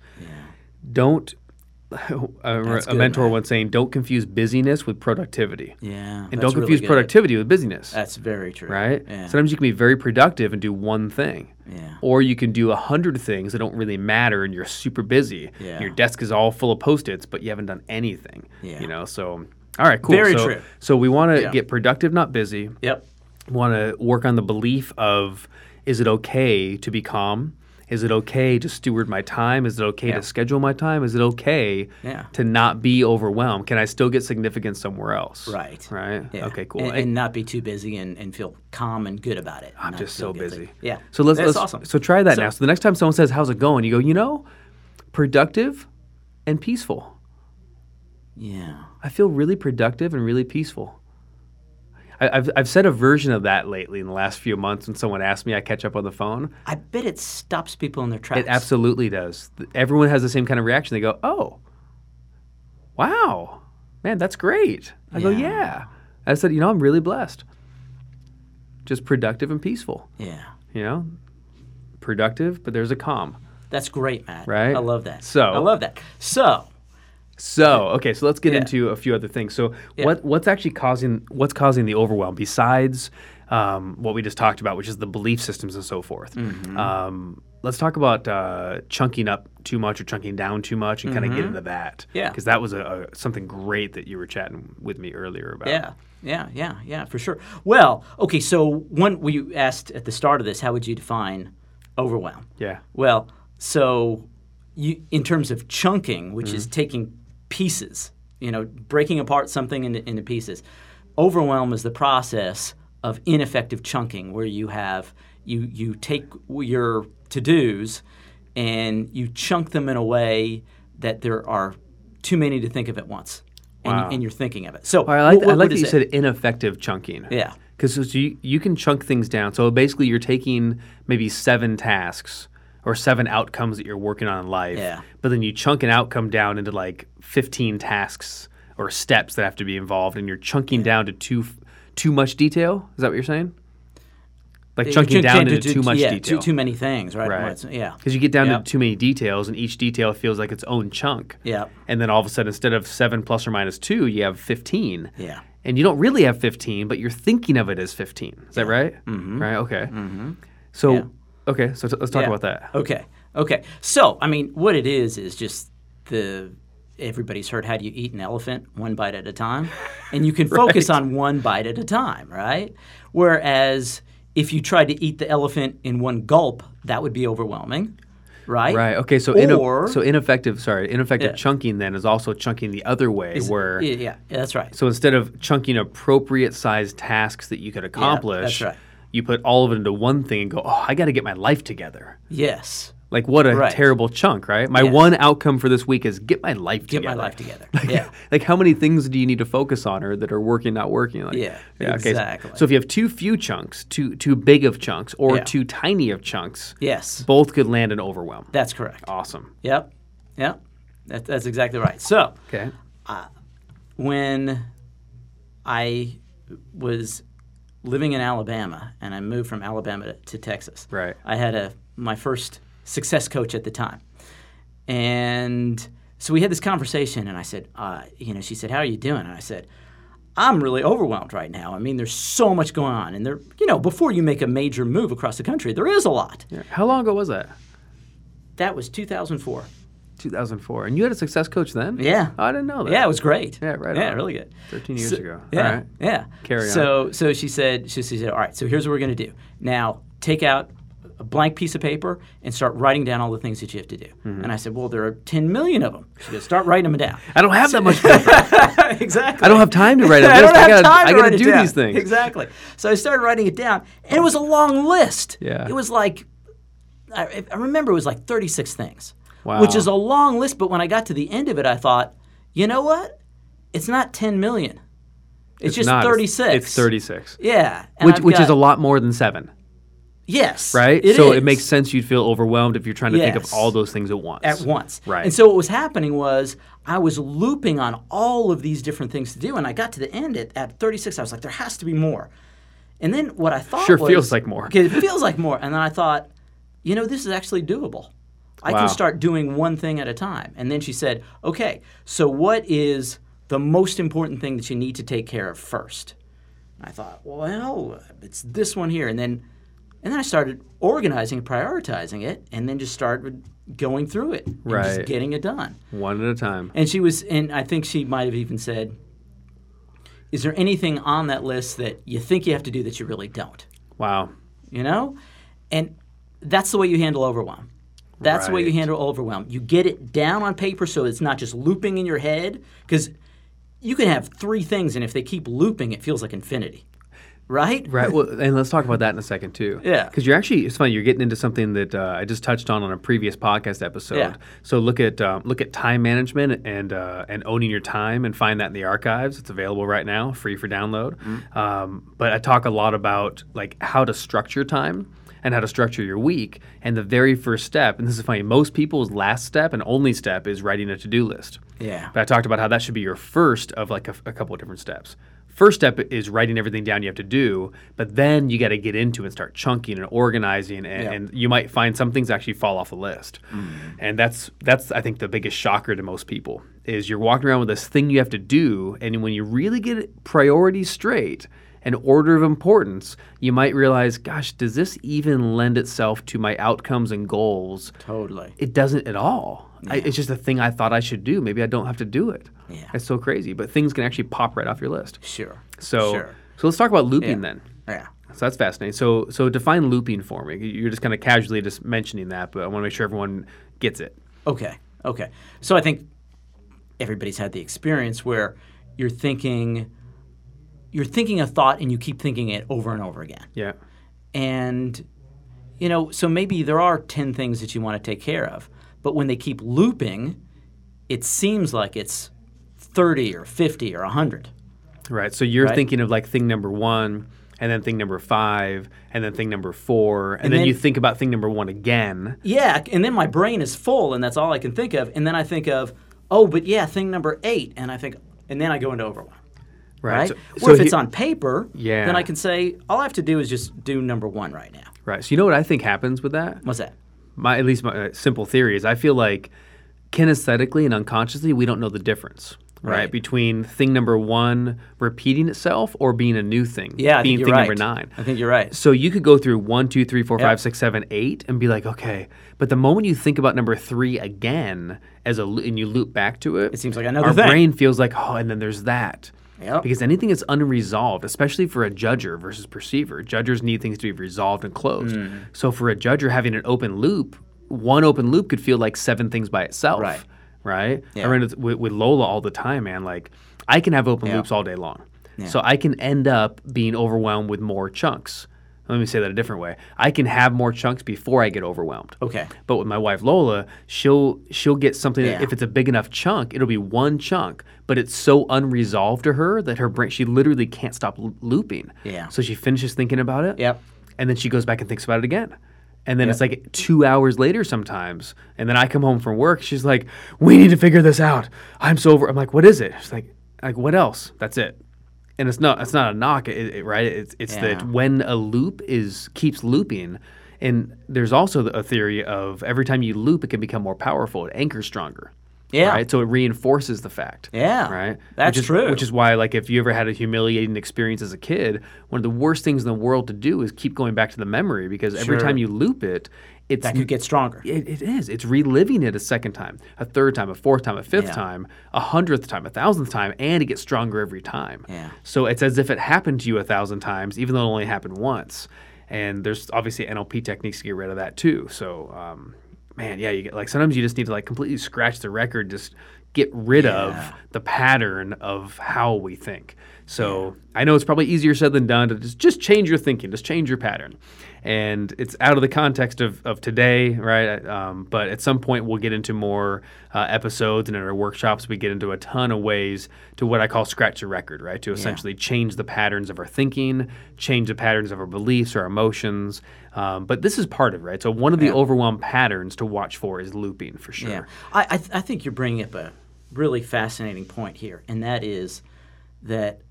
Speaker 1: Don't. A, a
Speaker 2: good,
Speaker 1: mentor once saying, "Don't confuse busyness with productivity,
Speaker 2: Yeah.
Speaker 1: and don't confuse productivity with busyness."
Speaker 2: That's very true.
Speaker 1: right?
Speaker 2: Yeah.
Speaker 1: Sometimes you can be very productive and do one thing.
Speaker 2: Yeah.
Speaker 1: Or you can do a hundred things that don't really matter and you're super busy.
Speaker 2: Yeah.
Speaker 1: Your desk is all full of post-its, but you haven't done anything.
Speaker 2: Yeah.
Speaker 1: You know, so all right, cool.
Speaker 2: Very
Speaker 1: so,
Speaker 2: true.
Speaker 1: so we want to
Speaker 2: Yeah.
Speaker 1: get productive, not busy.
Speaker 2: Yep.
Speaker 1: We want to work on the belief of is it okay to be calm? Is it okay to steward my time? Is it okay to schedule my time? Is it okay
Speaker 2: Yeah.
Speaker 1: to not be overwhelmed? Can I still get significance somewhere else?
Speaker 2: Right.
Speaker 1: Right.
Speaker 2: Yeah.
Speaker 1: Okay. Cool.
Speaker 2: And, and not be too busy and, and feel calm and good about it.
Speaker 1: I'm
Speaker 2: Not
Speaker 1: just
Speaker 2: feel
Speaker 1: so
Speaker 2: guilty.
Speaker 1: busy.
Speaker 2: Yeah.
Speaker 1: So let's,
Speaker 2: That's
Speaker 1: let's
Speaker 2: awesome.
Speaker 1: so try that now. So the next time someone says, "How's it going?" you go, "You know, productive and peaceful.
Speaker 2: yeah.
Speaker 1: I feel really productive and really peaceful." I, I've I've said a version of that lately in the last few months. When someone asks me, I catch up on the phone.
Speaker 2: I bet it stops people in their tracks.
Speaker 1: It absolutely does. Th- Everyone has the same kind of reaction. They go, "Oh, wow, man, that's great." I go,
Speaker 2: Yeah.
Speaker 1: "Yeah." I said, "You know, I'm really blessed. Just productive and peaceful.
Speaker 2: Yeah.
Speaker 1: You know, productive, but there's a calm."
Speaker 2: That's great, Matt.
Speaker 1: Right?
Speaker 2: I love that.
Speaker 1: So-
Speaker 2: I love that. So,
Speaker 1: So okay, so let's get
Speaker 2: Yeah.
Speaker 1: into a few other things. So what what's actually causing what's causing the overwhelm besides um, what we just talked about, which is the belief systems and so forth.
Speaker 2: Mm-hmm.
Speaker 1: Um, let's talk about uh, chunking up too much or chunking down too much, and kind of get into that.
Speaker 2: Mm-hmm. Yeah.
Speaker 1: because that was a, a something great that you were chatting with me earlier about.
Speaker 2: yeah. Yeah, yeah, yeah, for sure. Well, okay, so one we asked at the start of this, how would you define overwhelm?
Speaker 1: yeah,
Speaker 2: Well, so you, in terms of chunking, which
Speaker 1: Mm-hmm.
Speaker 2: is taking pieces, you know, breaking apart something into, into pieces, overwhelm is the process of ineffective chunking where you have you you take your to-dos and you chunk them in a way that there are too many to think of at once. And, you, and you're thinking of it. So
Speaker 1: I like
Speaker 2: what-
Speaker 1: I
Speaker 2: what-
Speaker 1: like
Speaker 2: what
Speaker 1: that
Speaker 2: is
Speaker 1: you
Speaker 2: it?
Speaker 1: said ineffective chunking.
Speaker 2: Yeah.
Speaker 1: because so, so you you can chunk things down. So basically, you're taking maybe seven tasks or seven outcomes that you're working on in life.
Speaker 2: Yeah.
Speaker 1: But then you chunk an outcome down into like 15 tasks or steps that have to be involved, and you're chunking down to too f- too much detail. Is that what you're saying? Like chunking
Speaker 2: Chunk-
Speaker 1: down
Speaker 2: to
Speaker 1: into
Speaker 2: do-
Speaker 1: too much
Speaker 2: yeah,
Speaker 1: detail.
Speaker 2: Too, too many things, right?
Speaker 1: Right.
Speaker 2: Once, Yeah.
Speaker 1: Because you get down
Speaker 2: Yep.
Speaker 1: to too many details, and each detail feels like its own chunk.
Speaker 2: Yeah.
Speaker 1: And then all of a sudden, instead of seven plus or minus two, you have 15.
Speaker 2: Yeah.
Speaker 1: And you don't really have 15, but you're thinking of it as 15. Is that right? Mm-hmm. Right? Okay. Mm-hmm. So, okay, so t- let's talk
Speaker 2: Yeah.
Speaker 1: about that.
Speaker 2: Okay. Okay. So, I mean, what it is is just the everybody's heard how do you eat an elephant one bite at a time, and you can focus on one bite at a time, right? Whereas if you tried to eat the elephant in one gulp, that would be overwhelming, right?
Speaker 1: Right. Okay. So, ine-
Speaker 2: Or-
Speaker 1: so ineffective, sorry, ineffective
Speaker 2: Yeah.
Speaker 1: chunking then is also chunking the other way where.
Speaker 2: Yeah, yeah, that's right.
Speaker 1: So instead of chunking appropriate sized tasks that you could accomplish,
Speaker 2: right.
Speaker 1: you put all of it into one thing and go, oh, I got to get my life together.
Speaker 2: Yes.
Speaker 1: Like what a
Speaker 2: Right.
Speaker 1: terrible chunk, right? My
Speaker 2: Yes.
Speaker 1: one outcome for this week is get my life
Speaker 2: Get
Speaker 1: together.
Speaker 2: my life together. yeah.
Speaker 1: Like how many things do you need to focus on or that are working, not working? Like,
Speaker 2: Yeah,
Speaker 1: okay.
Speaker 2: exactly.
Speaker 1: So if you have too few chunks, too too big of chunks, or
Speaker 2: Yeah.
Speaker 1: too tiny of chunks,
Speaker 2: Yes.
Speaker 1: both could land in overwhelm.
Speaker 2: That's correct.
Speaker 1: Awesome.
Speaker 2: Yep. Yep. That, that's exactly right. So,
Speaker 1: Okay.
Speaker 2: when I was living in Alabama and I moved from Alabama to, to Texas.
Speaker 1: Right.
Speaker 2: I had a my first success coach at the time, and so we had this conversation, and I said, uh, you know, she said, "How are you doing?" And I said. I'm really overwhelmed right now. I mean, there's so much going on, and there, you know, before you make a major move across the country, there is a lot.
Speaker 1: How long ago was that?
Speaker 2: That was 2004.
Speaker 1: 2004. And you had a success coach then?
Speaker 2: Yeah.
Speaker 1: Oh, I didn't know that.
Speaker 2: Yeah, it was great.
Speaker 1: Yeah, right
Speaker 2: Yeah,
Speaker 1: on.
Speaker 2: really good.
Speaker 1: 13 years
Speaker 2: So-
Speaker 1: ago.
Speaker 2: Yeah,
Speaker 1: All right.
Speaker 2: yeah.
Speaker 1: Carry on.
Speaker 2: so, So she said, she, she said, all right. So here's what we're going to do. Now take out a blank piece of paper and start writing down all the things that you have to do.
Speaker 1: Mm-hmm.
Speaker 2: And I said, well, there are 10 million of them. She goes, start writing them down.
Speaker 1: I don't have that much paper.
Speaker 2: exactly.
Speaker 1: I don't have time to write a list.
Speaker 2: I don't have
Speaker 1: gotta,
Speaker 2: time
Speaker 1: I
Speaker 2: to
Speaker 1: gotta
Speaker 2: write it
Speaker 1: do
Speaker 2: down.
Speaker 1: these things.
Speaker 2: Exactly. So I started writing it down, and it was a long list.
Speaker 1: Yeah.
Speaker 2: It was like, I, I remember it was like 36 things,
Speaker 1: Wow.
Speaker 2: which is a long list. But when I got to the end of it, I thought, you know what? It's not 10 million. It's, just
Speaker 1: Not- it's-
Speaker 2: 36.
Speaker 1: It's 36.
Speaker 2: Yeah. and
Speaker 1: Which,
Speaker 2: I've
Speaker 1: which is
Speaker 2: got-
Speaker 1: a lot more than seven,
Speaker 2: Yes.
Speaker 1: right?
Speaker 2: It
Speaker 1: so
Speaker 2: is.
Speaker 1: it makes sense you'd feel overwhelmed if you're trying to think of
Speaker 2: Yes.
Speaker 1: all those things at once.
Speaker 2: at once.
Speaker 1: Right.
Speaker 2: And so what was happening was I was looping on all of these different things to do, and I got to the end at, at 36. I was like, there has to be more. And then what I thought
Speaker 1: Sure
Speaker 2: was,
Speaker 1: feels like more.
Speaker 2: Okay, it feels like more. And then I thought, you know, this is actually doable. I
Speaker 1: Wow.
Speaker 2: can start doing one thing at a time. And then she said, okay, so what is the most important thing that you need to take care of first? And I thought, well, it's this one here, and then, and then I started organizing, prioritizing it, and then just started going through it, and
Speaker 1: Right.
Speaker 2: just getting it done.
Speaker 1: One at a time.
Speaker 2: And she was, and I think she might have even said, "Is there anything on that list that you think you have to do that you really don't?"
Speaker 1: Wow.
Speaker 2: You know, and that's the way you handle overwhelm. That's the way you
Speaker 1: Right.
Speaker 2: handle overwhelm. You get it down on paper so it's not just looping in your head because you can have three things, and if they keep looping, it feels like infinity, right?
Speaker 1: Right. Well, and let's talk about that in a second too.
Speaker 2: Yeah.
Speaker 1: Because you're actually it's funny you're getting into something that uh, I just touched on on a previous podcast episode.
Speaker 2: Yeah.
Speaker 1: So look at um, look at time management and uh, and owning your time and find that in the archives. It's available right now, free for download.
Speaker 2: Mm-hmm.
Speaker 1: Um, but I talk a lot about like how to structure time. And how to structure your week. And the very first step, and this is funny, most people's last step and only step is writing a to do list.
Speaker 2: Yeah.
Speaker 1: But I talked about how that should be your first of like a, a couple of different steps. First step is writing everything down you have to do, but then you got to get into and start chunking and organizing, and,
Speaker 2: Yeah. Mm-hmm.
Speaker 1: and you might find some things actually fall off the list, and that's that's I think the biggest shocker to most people is you're walking around with this thing you have to do, and when you really get priorities straight and order of importance, you might realize, gosh, does this even lend itself to my outcomes and goals?
Speaker 2: Totally.
Speaker 1: It doesn't at all. I, it's just a thing I thought I should do. Maybe I don't have to do it.
Speaker 2: Yeah.
Speaker 1: It's so crazy, but things can actually pop right off your list.
Speaker 2: Sure.
Speaker 1: So,
Speaker 2: Sure.
Speaker 1: so let's talk about looping then.
Speaker 2: Yeah.
Speaker 1: So that's fascinating. So, so define looping for me. You're just kind of casually just mentioning that, but I want to make sure everyone gets it.
Speaker 2: Okay. Okay. So I think everybody's had the experience where you're thinking you're thinking a thought and you keep thinking it over and over again.
Speaker 1: Yeah.
Speaker 2: And you know, so maybe there are 10 things that you want to take care of, but when they keep looping, it seems like it's 30 or 50 or 100.
Speaker 1: Right. So you're
Speaker 2: Right.
Speaker 1: thinking of like thing number one, and then thing number five, and then thing number four, and, then,
Speaker 2: then-
Speaker 1: you think about thing number one again.
Speaker 2: Yeah, and then my brain is full and that's all I can think of, and then I think of, "Oh, but yeah, thing number 8." And I think and then I go into overwhelm. right?
Speaker 1: So,
Speaker 2: or
Speaker 1: so
Speaker 2: if it's
Speaker 1: he-
Speaker 2: on paper,
Speaker 1: Yeah.
Speaker 2: then I can say all I have to do is just do number one right now.
Speaker 1: Right. So you know what I think happens with that?
Speaker 2: What's that?
Speaker 1: my at least my uh, simple theory is I feel like kinesthetically and unconsciously we don't know the difference right,
Speaker 2: Right.
Speaker 1: between thing number one repeating itself or being a new thing
Speaker 2: Yeah, I
Speaker 1: being
Speaker 2: think you're
Speaker 1: thing number
Speaker 2: right.
Speaker 1: nine
Speaker 2: I think you're right.
Speaker 1: so you could go through one two three four
Speaker 2: Yep.
Speaker 1: five six seven eight and be like okay but the moment you think about number three again as a lo- and you loop back to it
Speaker 2: It seems like another
Speaker 1: our
Speaker 2: thing.
Speaker 1: brain feels like oh and then there's that
Speaker 2: Yep.
Speaker 1: because anything that's unresolved, especially for a judger versus perceiver, judgers need things to be resolved and closed.
Speaker 2: Mm.
Speaker 1: So for a judger having an open loop, one open loop could feel like seven things by itself.
Speaker 2: Right.
Speaker 1: Right.
Speaker 2: Yeah.
Speaker 1: I run into, with, with Lola all the time, man. Like I can have open loops all day long. So I can end up being overwhelmed with more chunks. Let me say that a different way. I can have more chunks before I get overwhelmed.
Speaker 2: Okay.
Speaker 1: But with my wife Lola, she'll she'll get something that
Speaker 2: Yeah.
Speaker 1: if it's a big enough chunk, it'll be one chunk, but it's so unresolved to her that her brain she literally can't stop l- looping.
Speaker 2: Yeah.
Speaker 1: So she finishes thinking about it.
Speaker 2: Yep.
Speaker 1: And then she goes back and thinks about it again. And then it's like two hours later sometimes. And then I come home from work. She's like, "We need to figure this out. I'm so over." I'm like, "What is it?" She's like, "Like what else? That's it." And it's not it's not a knock, it, it- right? It's it's
Speaker 2: Yeah.
Speaker 1: that when a loop is keeps looping and there's also the- a theory of every time you loop it can become more powerful it anchors stronger
Speaker 2: Yeah.
Speaker 1: right so it reinforces the fact
Speaker 2: Yeah.
Speaker 1: right
Speaker 2: That's
Speaker 1: which is,
Speaker 2: true.
Speaker 1: which is why like if you ever had a humiliating experience as a kid one of the worst things in the world to do is keep going back to the memory because every
Speaker 2: Sure.
Speaker 1: time you loop it it's
Speaker 2: That could get stronger.
Speaker 1: it, it is. It's reliving it a second time, a third time, a fourth time, a fifth
Speaker 2: Yeah.
Speaker 1: time, a hundredth time, a thousandth time, and it gets stronger every time.
Speaker 2: Yeah.
Speaker 1: So it's as if it happened to you a thousand times, even though it only happened once. And there's obviously NLP techniques to get rid of that too. So, um, man, yeah, you get like sometimes you just need to like completely scratch the record, just get rid of the pattern of how we think. So I know it's probably easier said than done to just, just change your thinking, just change your pattern. And it's out of the context of, of today, right? Um, but at some point, we'll get into more uh, episodes and in our workshops, we get into a ton of ways to what I call scratch a record, right? To essentially change the patterns of our thinking, change the patterns of our beliefs or emotions. Um, but this is part of it, right? So one of the overwhelm patterns to watch for is looping for sure.
Speaker 2: Yeah, I I, th- I think you're bringing up a really fascinating point here, and that is that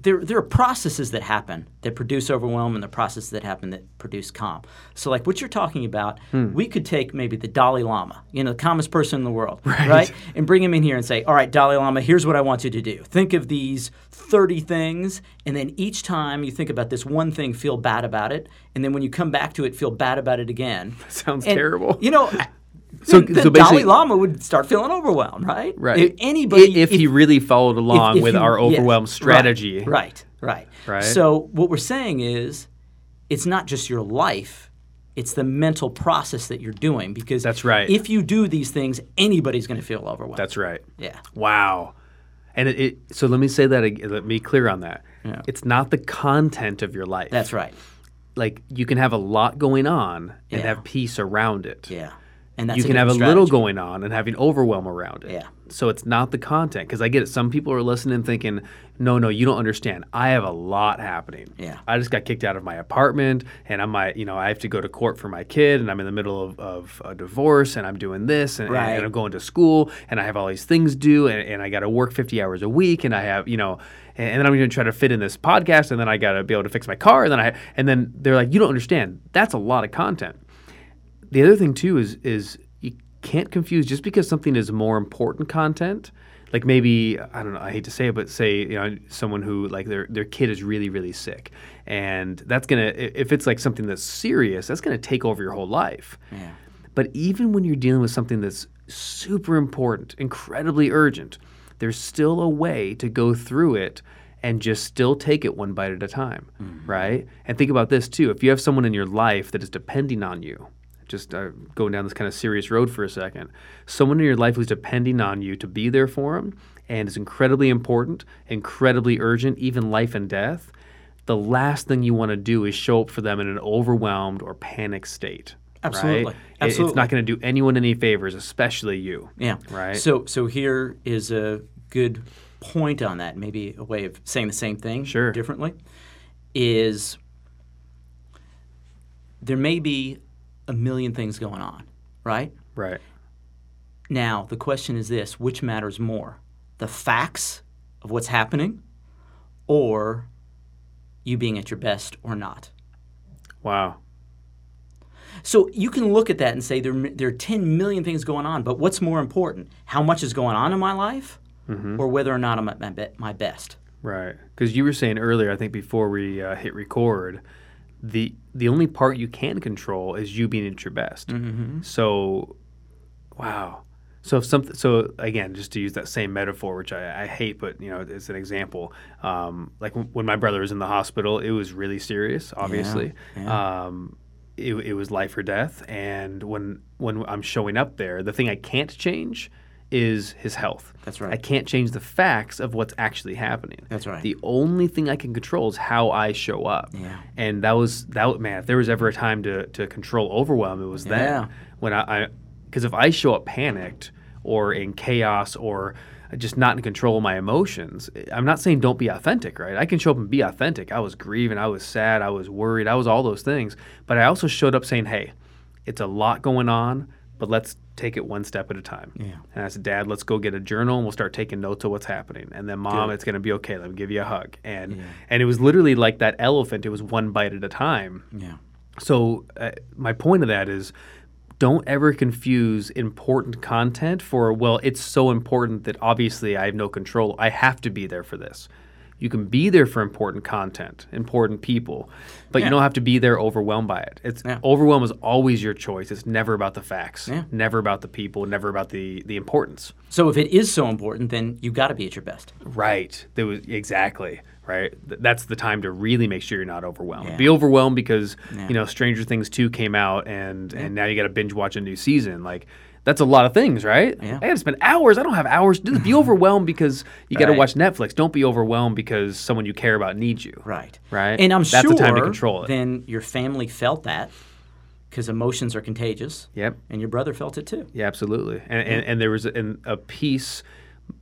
Speaker 2: there there are processes that happen that produce overwhelm, and the processes that happen that produce calm. So, like what you're talking about, we could take maybe the Dalai Lama, you know, the calmest person in the world, right. and bring him in here and say, "All right, Dalai Lama, here's what I want you to do. Think of these 30 things, and then each time you think about this one thing, feel bad about it, and then when you come back to it, feel bad about it again."
Speaker 1: Sounds
Speaker 2: And,
Speaker 1: terrible.
Speaker 2: You know,
Speaker 1: So-
Speaker 2: so, the, the
Speaker 1: so basically-
Speaker 2: Dalai Lama would start feeling overwhelmed, right?
Speaker 1: Right.
Speaker 2: If anybody,
Speaker 1: if, if he really followed along
Speaker 2: if
Speaker 1: with
Speaker 2: you-
Speaker 1: our
Speaker 2: yes,
Speaker 1: overwhelm
Speaker 2: right,
Speaker 1: strategy.
Speaker 2: Right, right,
Speaker 1: Right.
Speaker 2: So what we're saying is, it's not just your life; it's the mental process that you're doing. Because
Speaker 1: That's right.
Speaker 2: If you do these things, anybody's going to feel overwhelmed.
Speaker 1: That's right.
Speaker 2: yeah.
Speaker 1: Wow. And it, it so let me say that again, let me clear on that.
Speaker 2: Yeah.
Speaker 1: It's not the content of your life.
Speaker 2: That's right.
Speaker 1: like you can have a lot going on and
Speaker 2: Yeah.
Speaker 1: have peace around it.
Speaker 2: Yeah. And that's
Speaker 1: you
Speaker 2: a
Speaker 1: can have
Speaker 2: different
Speaker 1: a little
Speaker 2: strategy.
Speaker 1: going on and having overwhelm around it.
Speaker 2: Yeah.
Speaker 1: So it's not the content because I get it. Some people are listening, thinking, "No, no, you don't understand. I have a lot happening.
Speaker 2: Yeah.
Speaker 1: I just got kicked out of my apartment, and I might, you know, I have to go to court for my kid, and I'm in the middle of, of a divorce, and I'm doing this, and, and-
Speaker 2: Right.
Speaker 1: and I'm going to school, and I have all these things due, and, and I got to work 50 hours a week, and I have, you know, and, and then I'm going to try to fit in this podcast, and then I got to be able to fix my car, and then I, and then they're like, "You don't understand. That's a lot of content." the other thing too is is you can't confuse just because something is more important content like maybe i don't know i hate to say it but say you know someone who like their their kid is really really sick and that's gonna i- if it's like something that's serious that's gonna take over your whole life
Speaker 2: Yeah.
Speaker 1: but even when you're dealing with something that's super important incredibly urgent there's still a way to go through it and just still take it one bite at a time right and think about this too if you have someone in your life that is depending on you just uh, going down this kind of serious road for a second. Someone in your life who's depending on you to be there for them and is incredibly important, incredibly urgent, even life and death. The last thing you want to do is show up for them in an overwhelmed or panic state. right?
Speaker 2: Absolutely.
Speaker 1: It- It's
Speaker 2: Absolutely.
Speaker 1: not going to do anyone any favors, especially you.
Speaker 2: Yeah.
Speaker 1: Right?
Speaker 2: So so here is a good point on that. Maybe a way of saying the same thing
Speaker 1: Sure.
Speaker 2: differently is there may be a million things going on, right?
Speaker 1: Right.
Speaker 2: Now, the question is this, which matters more? The facts of what's happening or you being at your best or not?
Speaker 1: Wow.
Speaker 2: So you can look at that and say there, there are 10 million things going on, but what's more important? How much is going on in my life
Speaker 1: Mm-hmm.
Speaker 2: or whether or not I'm at my, be- my best?
Speaker 1: Right. Because you were saying earlier, I think before we uh, hit record, the the only part you can control is you being at your best.
Speaker 2: Mm-hmm.
Speaker 1: So, wow. So if something, so again, just to use that same metaphor, which I, I hate, but you know, it's an example. Um, like when when my brother was in the hospital, it was really serious, obviously. Um, it, it was life or death, and when when I'm showing up there, the thing I can't change is his health.
Speaker 2: That's right.
Speaker 1: I can't change the facts of what's actually happening.
Speaker 2: That's right.
Speaker 1: The only thing I can control is how I show up.
Speaker 2: Yeah.
Speaker 1: And that was that man, if there was ever a time to, to control overwhelm, it was
Speaker 2: Yeah.
Speaker 1: then. When I because if I show up panicked or in chaos or just not in control of my emotions, eh, I'm not saying don't be authentic, right? I can show up and be authentic. I was grieving, I was sad, I was worried, I was all those things. But I also showed up saying, Hey, it's a lot going on, but let's take it one step at a time. Yeah. And I said, Dad, let's go get a journal and we'll start taking notes of what's happening. And then, Mom, it's going to be okay. Let me give you a hug. And and it was literally like that elephant. It was one bite at a time.
Speaker 2: Yeah.
Speaker 1: So uh, my point of that is, don't ever confuse important content for well, it's so important that obviously I have no control. I have to be there for this. You can be there for important content, important people, but you
Speaker 2: Yeah.
Speaker 1: don't have to be there overwhelmed by it. It's
Speaker 2: Yeah.
Speaker 1: overwhelm is always your choice. It's never about the facts,
Speaker 2: Yeah.
Speaker 1: never about the people, never about the the importance.
Speaker 2: So if it is so important, then you got to be at your best.
Speaker 1: Right. There was exactly right. Th- That's the time to really make sure you're not overwhelmed.
Speaker 2: Yeah.
Speaker 1: Be overwhelmed because
Speaker 2: Yeah.
Speaker 1: you know Stranger Things two came out and and now you got to binge watch a new season. Like that's a lot of things, right?
Speaker 2: Yeah.
Speaker 1: I got to spend hours. I don't have hours to do this. Be overwhelmed because you got to
Speaker 2: Right.
Speaker 1: watch Netflix. Don't be overwhelmed because someone you care about needs you.
Speaker 2: Right.
Speaker 1: Right.
Speaker 2: And I'm
Speaker 1: That's
Speaker 2: sure
Speaker 1: the time to control it.
Speaker 2: then your family felt that because emotions are contagious.
Speaker 1: Yep.
Speaker 2: And your brother felt it too.
Speaker 1: Yeah, absolutely. And and, and there was an, a piece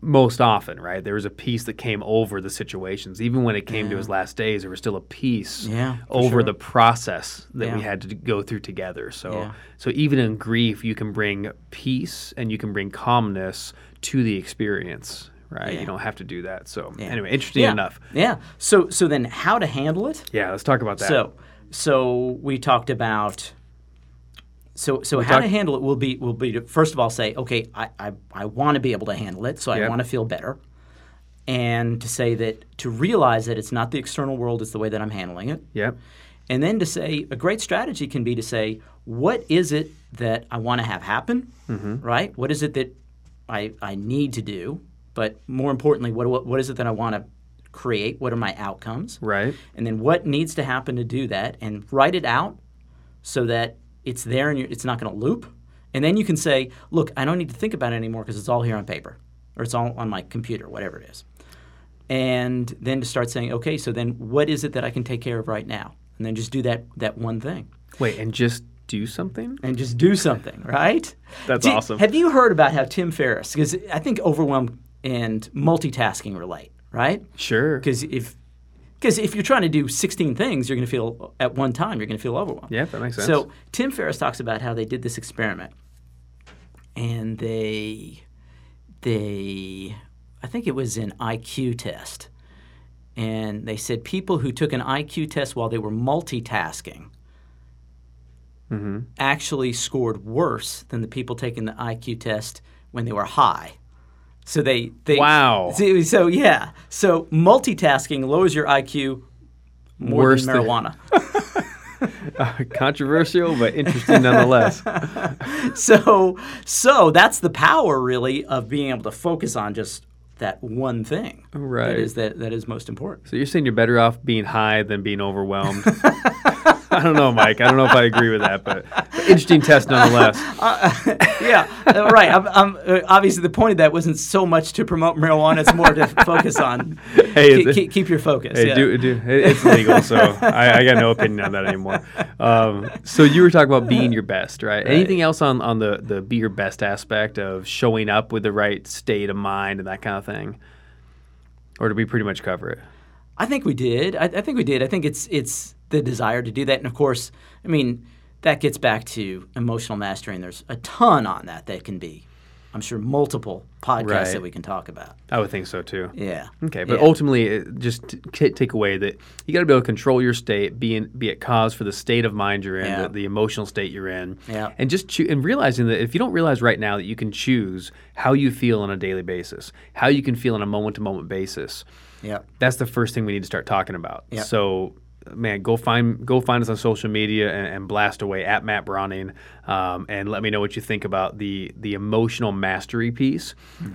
Speaker 1: most often, right? There was a piece that came over the situations. Even when it came to his last days, there was still a piece
Speaker 2: Yeah, for
Speaker 1: over
Speaker 2: sure.
Speaker 1: the process that we
Speaker 2: Yeah.
Speaker 1: had to go through together. So
Speaker 2: Yeah.
Speaker 1: so even in grief, you can bring peace and you can bring calmness to the experience, right?
Speaker 2: Yeah.
Speaker 1: You don't have to do that. So
Speaker 2: Yeah.
Speaker 1: anyway, interesting
Speaker 2: yeah.
Speaker 1: enough.
Speaker 2: Yeah. So so then how to handle it?
Speaker 1: Yeah, let's talk about that.
Speaker 2: So so we talked about so so how to
Speaker 1: talked-
Speaker 2: handle it will be will be to first of all say, okay, I I, I want to be able to handle it, so
Speaker 1: Yep.
Speaker 2: I want to feel better. And to say that to realize that it's not the external world, it's the way that I'm handling it.
Speaker 1: yep.
Speaker 2: And then to say, a great strategy can be to say, what is it that I want to have happen?
Speaker 1: Mm-hmm.
Speaker 2: Right? What is it that I, I need to do? But more importantly, what, what, what is it that I want to create? What are my outcomes?
Speaker 1: Right.
Speaker 2: And then what needs to happen to do that? And write it out so that it's there and you it's not going to loop. And then you can say, look, I don't need to think about it anymore because it's all here on paper or it's all on my computer, whatever it is and then to start saying, okay, so then what is it that I can take care of right now? And then just do that that one thing,
Speaker 1: Wait, and just do something?
Speaker 2: and just do something, right?
Speaker 1: That's awesome.
Speaker 2: Have you heard about how Tim Ferriss? Because I think overwhelm and multitasking relate, right?
Speaker 1: Sure.
Speaker 2: Because if because if you're trying to do 16 things, you're going to feel at one time you're going to feel overwhelmed.
Speaker 1: Yeah, that makes sense.
Speaker 2: So Tim Ferriss talks about how they did this experiment, and they, they, I think it was an IQ test, and they said people who took an IQ test while they were multitasking
Speaker 1: Mm-hmm.
Speaker 2: actually scored worse than the people taking the IQ test when they were high. So they, they
Speaker 1: Wow.
Speaker 2: So, so yeah, so multitasking lowers your IQ more
Speaker 1: Worse
Speaker 2: than
Speaker 1: than-
Speaker 2: marijuana.
Speaker 1: Controversial but interesting nonetheless.
Speaker 2: so so that's the power really of being able to focus on just that one thing
Speaker 1: Right.
Speaker 2: that is that that is most important
Speaker 1: So you're saying you're better off being high than being overwhelmed? I don't know, Mike. I don't know if I agree with that, but interesting test nonetheless.
Speaker 2: yeah uh, right I'm, I'm, uh, obviously the point of that wasn't so much to promote marijuana it's more to focus on
Speaker 1: Hey, is
Speaker 2: ke-
Speaker 1: it-
Speaker 2: ke- keep your focus
Speaker 1: Hey,
Speaker 2: yeah.
Speaker 1: do, do, it- it's legal, so I, I got no opinion on that anymore. Um, so you were talking about being your best, right? Anything else on, on the, the be your best aspect of showing up with the right state of mind and that kind of thing? Or did we pretty much cover it?
Speaker 2: I think we did. I, I think we did. I think it's it's the desire to do that, and of course, I mean that gets back to emotional mastery, and there's a ton on that that can be. I'm sure multiple podcasts
Speaker 1: Right. Hmm.
Speaker 2: that we can talk about.
Speaker 1: I would think so too.
Speaker 2: Yeah.
Speaker 1: Okay, but
Speaker 2: Yeah.
Speaker 1: ultimately, it, just t- t- take away that you got to be able to control your state, be in, be at cause for the state of mind you're in,
Speaker 2: Yeah.
Speaker 1: the, the emotional state you're in,
Speaker 2: Yeah.
Speaker 1: and just choo- and realizing that if you don't realize right now that you can choose how you feel on a daily basis, how you can feel on a moment to moment basis,
Speaker 2: Yeah.
Speaker 1: that's the first thing we need to start talking about.
Speaker 2: Yeah.
Speaker 1: So, man, go find go find us on social media and, and blast away at Matt Browning, um, and let me know what you think about the the emotional mastery piece, because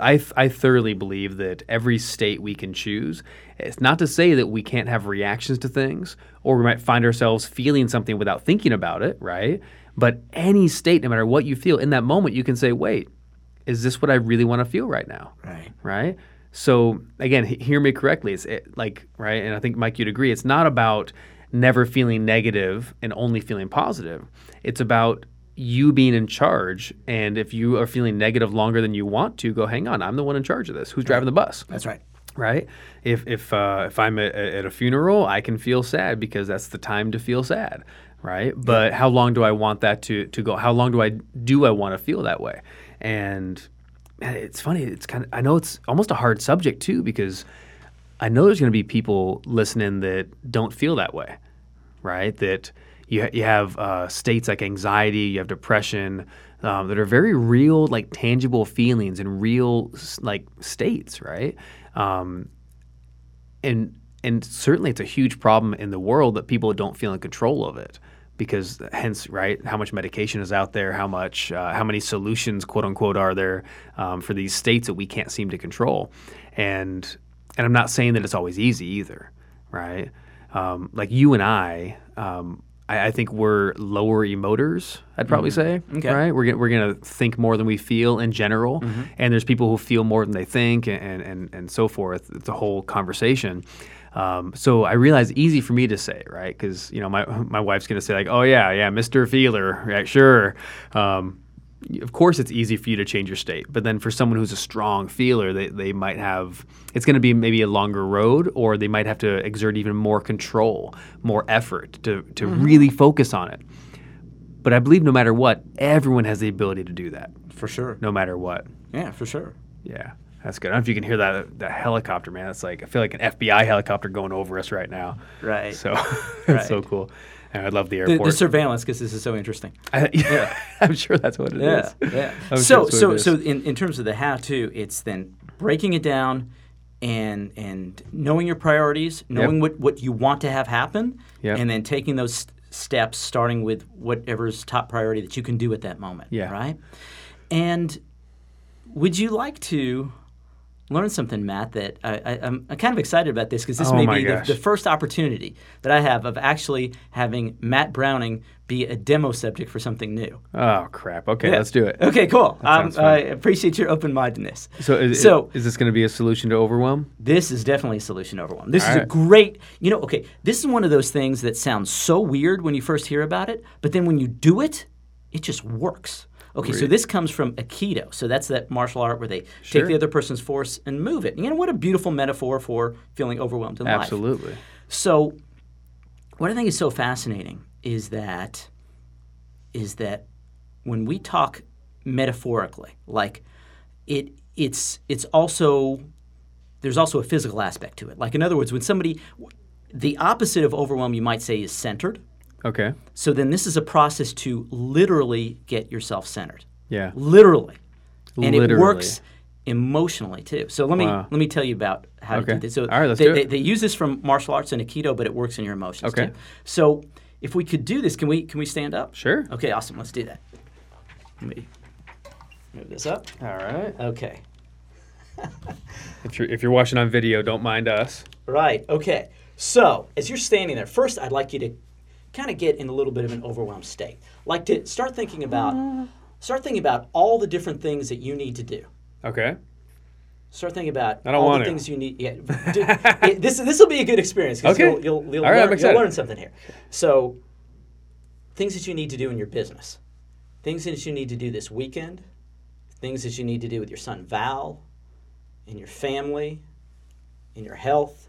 Speaker 1: I th- I thoroughly believe that every state we can choose. It's not to say that we can't have reactions to things, or we might find ourselves feeling something without thinking about it, right? But any state, no matter what you feel in that moment, you can say, "Wait, is this what I really want to feel right now?"
Speaker 2: Right.
Speaker 1: right? So again, he- hear me correctly. It's it, like right, and I think Mike, you'd agree. It's not about never feeling negative and only feeling positive. It's about you being in charge. And if you are feeling negative longer than you want to, go hang on. I'm the one in charge of this. Who's driving the bus?
Speaker 2: That's right.
Speaker 1: right? If if uh, if I'm at, at a funeral, I can feel sad because that's the time to feel sad, right? But how long do I want that to to go? How long do I do I want to feel that way? And man, it's funny. It's kind of I know it's almost a hard subject too because I know there's going to be people listening that don't feel that way, right? That you, ha- you have uh, states like anxiety, you have depression, um, that are very real, like tangible feelings and real, s- like states, right? Um, and and certainly it's a huge problem in the world that people don't feel in control of it because hence right how much medication is out there how much uh, how many solutions quote unquote are there um, for these states that we can't seem to control and and i'm not saying that it's always easy either right um, like you and i um, I, I think we're lower emoters, I'd probably say.
Speaker 2: Okay.
Speaker 1: Right? We're, gonna- we're going to think more than we feel in general. And there's people who feel more than they think and, and, and so forth. It's a whole conversation. Um, so I realize easy for me to say, right? Because, you know, my, my wife's going to say like, oh, yeah, yeah, Mr. Feeler, right? Sure. Um, y- of course, it's easy for you to change your state, but then for someone who's a strong feeler, they, they might have it's going to be maybe a longer road, or they might have to exert even more control, more effort to, to
Speaker 2: Mm-hmm.
Speaker 1: really focus on it. But I believe no matter what, everyone has the ability to do that,
Speaker 2: For sure.
Speaker 1: no matter what.
Speaker 2: Yeah, for sure.
Speaker 1: Yeah, that's good. I don't know if you can hear that that helicopter, man. It's like I feel like an FBI helicopter going over us right now.
Speaker 2: Right.
Speaker 1: So it's
Speaker 2: Right.
Speaker 1: so cool. And I love the
Speaker 2: The,
Speaker 1: airport.
Speaker 2: the surveillance, because this is so interesting.
Speaker 1: I,
Speaker 2: yeah.
Speaker 1: am sure that's what it is.
Speaker 2: Yeah, yeah.
Speaker 1: I'm
Speaker 2: so,
Speaker 1: sure that's what
Speaker 2: so,
Speaker 1: it is.
Speaker 2: so, in, in terms of the how to, it's then breaking it down, and and knowing your priorities, knowing what what you want to have happen,
Speaker 1: Yep.
Speaker 2: and then taking those st- steps, starting with whatever's top priority that you can do at that moment.
Speaker 1: Yeah.
Speaker 2: Right. And would you like to? Learn something, Matt. That I, I, I'm I'm kind of excited about this because this
Speaker 1: Oh
Speaker 2: may
Speaker 1: my
Speaker 2: be the,
Speaker 1: gosh.
Speaker 2: the first opportunity that I have of actually having Matt Browning be a demo subject for something new.
Speaker 1: Oh crap. Okay, let's do it.
Speaker 2: Okay, cool. Um,
Speaker 1: sounds fun.
Speaker 2: I appreciate your open mindedness.
Speaker 1: So is,
Speaker 2: So-
Speaker 1: is this going to be a solution to overwhelm?
Speaker 2: This is definitely a solution to overwhelm. This is a
Speaker 1: Alright.
Speaker 2: great, you know, okay, this is one of those things that sounds so weird when you first hear about it, but then when you do it, it just works. Okay, so this comes from Aikido. So that's that martial art where they take
Speaker 1: Sure.
Speaker 2: the other person's force and move it. You know, what a beautiful metaphor for feeling overwhelmed in life.
Speaker 1: Absolutely.
Speaker 2: So, what I think is so fascinating is that is that when we talk metaphorically, like it it's it's also there's also a physical aspect to it. Like in other words, when somebody the opposite of overwhelm you might say is centered.
Speaker 1: Okay.
Speaker 2: So then this is a process to literally get yourself centered.
Speaker 1: Yeah.
Speaker 2: Literally. And it
Speaker 1: Literally.
Speaker 2: works emotionally too. So let me
Speaker 1: Wow.
Speaker 2: let me tell you about how to
Speaker 1: Okay.
Speaker 2: do this. So
Speaker 1: All right, let's
Speaker 2: they,
Speaker 1: do it.
Speaker 2: They, they use this from martial arts and aikido, but it works in your emotions
Speaker 1: Okay.
Speaker 2: too. So if we could do this, can we can we stand up?
Speaker 1: Sure.
Speaker 2: Okay, awesome. Let's do that. Let me move this up.
Speaker 1: All right.
Speaker 2: Okay.
Speaker 1: If you're if you're watching on video, don't mind us.
Speaker 2: Right. Okay. So as you're standing there, first I'd like you to kind of get in a little bit of an overwhelmed state. Like to start thinking about start thinking about all the different things that you need to do.
Speaker 1: Okay.
Speaker 2: Start thinking about
Speaker 1: don't
Speaker 2: all
Speaker 1: want
Speaker 2: the
Speaker 1: to.
Speaker 2: things you need. Yeah, do, it- this this will be a good experience because
Speaker 1: Okay.
Speaker 2: you'll you'll, you'll,
Speaker 1: All right, I'm
Speaker 2: learn, you'll
Speaker 1: excited.
Speaker 2: learn something here. So things that you need to do in your business, things that you need to do this weekend, things that you need to do with your son Val, in your family, in your health,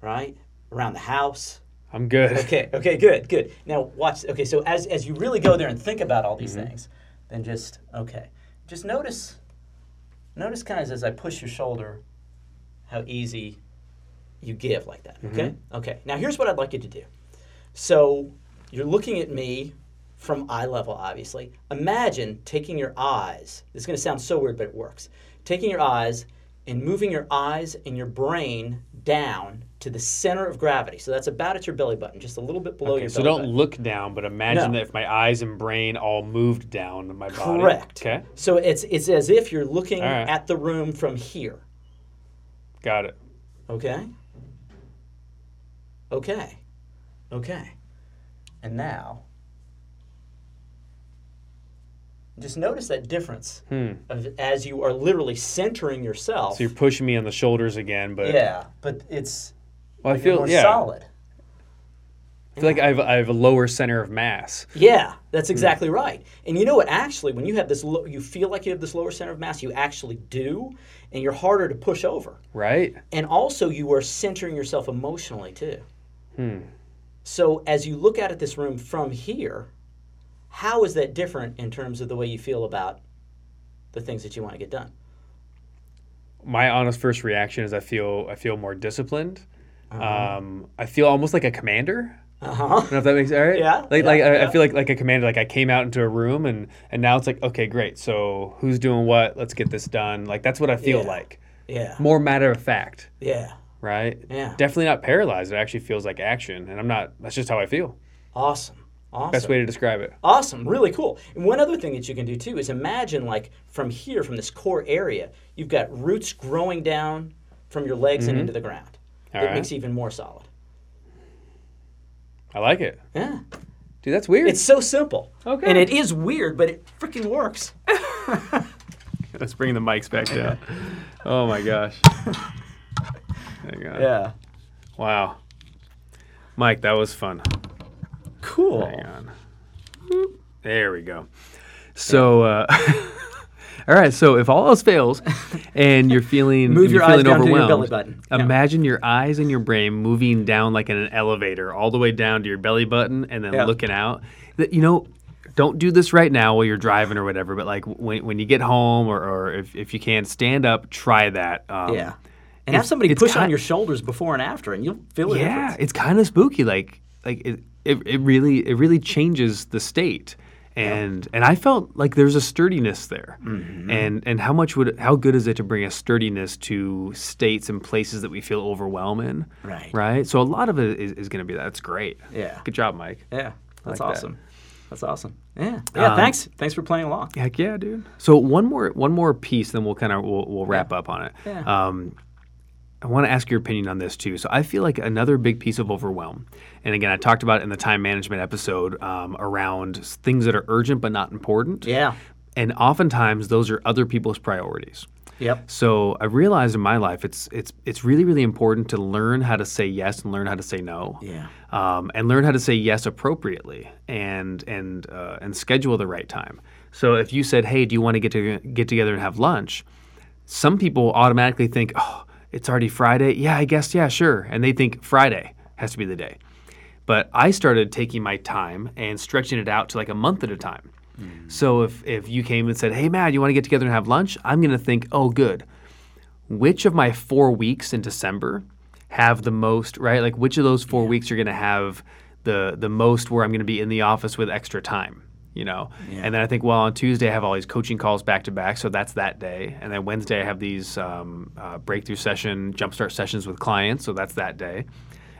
Speaker 2: right around the house.
Speaker 1: I'm good.
Speaker 2: Okay, okay, good, good. Now watch. Okay, so as as you really go there and think about all these things, then just okay, just notice, notice kind of as I push your shoulder, how easy you give like that. Okay,
Speaker 1: Mm-hmm.
Speaker 2: okay. Now here's what I'd like you to do. So you're looking at me from eye level, obviously. Imagine taking your eyes. This is going to sound so weird, but it works. Taking your eyes and moving your eyes and your brain down to the center of gravity. So that's about at your belly button, just a little bit below
Speaker 1: Okay,
Speaker 2: your
Speaker 1: so
Speaker 2: belly
Speaker 1: don't
Speaker 2: button.
Speaker 1: look down, but imagine
Speaker 2: No.
Speaker 1: that if my eyes and brain all moved down to my body.
Speaker 2: Correct.
Speaker 1: Okay.
Speaker 2: So it's it's as if you're looking
Speaker 1: All right.
Speaker 2: at the room from here.
Speaker 1: Got it.
Speaker 2: Okay. Okay. Okay. And now, just notice that difference of, as you are literally centering yourself.
Speaker 1: Hmm. So you're pushing me on the shoulders again, but
Speaker 2: yeah, but it's
Speaker 1: well, I
Speaker 2: you're
Speaker 1: feel
Speaker 2: more
Speaker 1: yeah.
Speaker 2: solid.
Speaker 1: I feel like I have I have a lower center of mass.
Speaker 2: Yeah,
Speaker 1: Hmm.
Speaker 2: that's exactly right. And you know what? Actually, when you have this, lo- you feel like you have this lower center of mass. You actually do, and you're harder to push over.
Speaker 1: Right.
Speaker 2: and also you are centering yourself emotionally too.
Speaker 1: Hmm.
Speaker 2: So as you look out at this room from here, how is that different in terms of the way you feel about the things that you want to get done?
Speaker 1: my honest first reaction is I feel I feel more disciplined.
Speaker 2: Uh-huh.
Speaker 1: Um, I feel almost like a commander.
Speaker 2: Uh huh.
Speaker 1: I don't know if that makes all right.
Speaker 2: Yeah,
Speaker 1: Like like
Speaker 2: yeah,
Speaker 1: I,
Speaker 2: yeah.
Speaker 1: I feel like like a commander. Like I came out into a room and and now it's like okay great. So who's doing what? Let's get this done. Like that's what I feel
Speaker 2: Yeah.
Speaker 1: like.
Speaker 2: Yeah.
Speaker 1: more matter of fact,
Speaker 2: Yeah.
Speaker 1: right?
Speaker 2: Yeah.
Speaker 1: Definitely not paralyzed. It actually feels like action, and I'm not. That's just how I feel.
Speaker 2: Awesome. Awesome.
Speaker 1: Best way to describe it.
Speaker 2: Awesome, really cool. And one other thing that you can do too is imagine like from here, from this core area, you've got roots growing down from your legs and into the ground.
Speaker 1: Mm-hmm. All
Speaker 2: it
Speaker 1: right.
Speaker 2: makes it even more solid.
Speaker 1: I like it,
Speaker 2: Yeah.
Speaker 1: dude. That's weird.
Speaker 2: It's so simple.
Speaker 1: Okay.
Speaker 2: And it is weird, but it freaking works.
Speaker 1: Let's bring the mics back down. Oh my gosh. Hang on.
Speaker 2: Yeah.
Speaker 1: Wow. Mike, that was fun.
Speaker 2: Cool.
Speaker 1: Hang on. There we go. So, uh, all right. So, if all else fails, and you're feeling
Speaker 2: Move
Speaker 1: you're
Speaker 2: your
Speaker 1: feeling
Speaker 2: eyes down to your
Speaker 1: overwhelmed,
Speaker 2: belly button. Yeah.
Speaker 1: imagine your eyes and your brain moving down like in an elevator, all the way down to your belly button, and then
Speaker 2: Yeah.
Speaker 1: looking out. Th- You know, don't do this right now while you're driving or whatever. But like w- when, when you get home, or, or if, if you can stand up, try that. Um,
Speaker 2: Yeah. And have somebody
Speaker 1: it's
Speaker 2: push
Speaker 1: kind-
Speaker 2: on your shoulders before and after, and you'll feel the
Speaker 1: yeah
Speaker 2: difference.
Speaker 1: it's kind of spooky like like it, it, it really it really changes the state and and i felt like there's a sturdiness there
Speaker 2: Mm-hmm.
Speaker 1: and and how much would how good is it to bring a sturdiness to states and places that we feel overwhelmed in
Speaker 2: Right.
Speaker 1: right so a lot of it is, is going to be that it's great
Speaker 2: Yeah.
Speaker 1: good job mike
Speaker 2: Yeah. That's
Speaker 1: like that.
Speaker 2: awesome. That's awesome. Yeah. Yeah.
Speaker 1: Um,
Speaker 2: thanks. Thanks for playing along.
Speaker 1: Heck yeah, dude. So one more one more piece, then we'll kind of we'll, we'll wrap up on it.
Speaker 2: Yeah.
Speaker 1: Um, I want to ask your opinion on this too. So I feel like another big piece of overwhelm, and again, I talked about it in the time management episode um, around s- things that are urgent but not important.
Speaker 2: Yeah.
Speaker 1: And oftentimes those are other people's priorities.
Speaker 2: Yep.
Speaker 1: So I realized in my life it's it's it's really really important to learn how to say yes and learn how to say no.
Speaker 2: Yeah.
Speaker 1: Um, and learn how to say yes appropriately and and uh, and schedule the right time. So if you said, "Hey, do you want to get to get together and have lunch?" Some people automatically think, "Oh, it's already Friday. Yeah, I guess. Yeah, sure." And they think Friday has to be the day. But I started taking my time and stretching it out to like a month at a time. So if if you came and said, "Hey, Matt, you want to get together and have lunch?" I'm gonna think, "Oh, good." which of my four weeks in December have the most, right? Like which of those four weeks are going to have the the most where I'm going to be in the office with extra time, you know? And then I think, well, on Tuesday I have all these coaching calls back to back, so that's that day. And then Wednesday I have these um, uh, breakthrough session, jumpstart sessions with clients, so that's that day.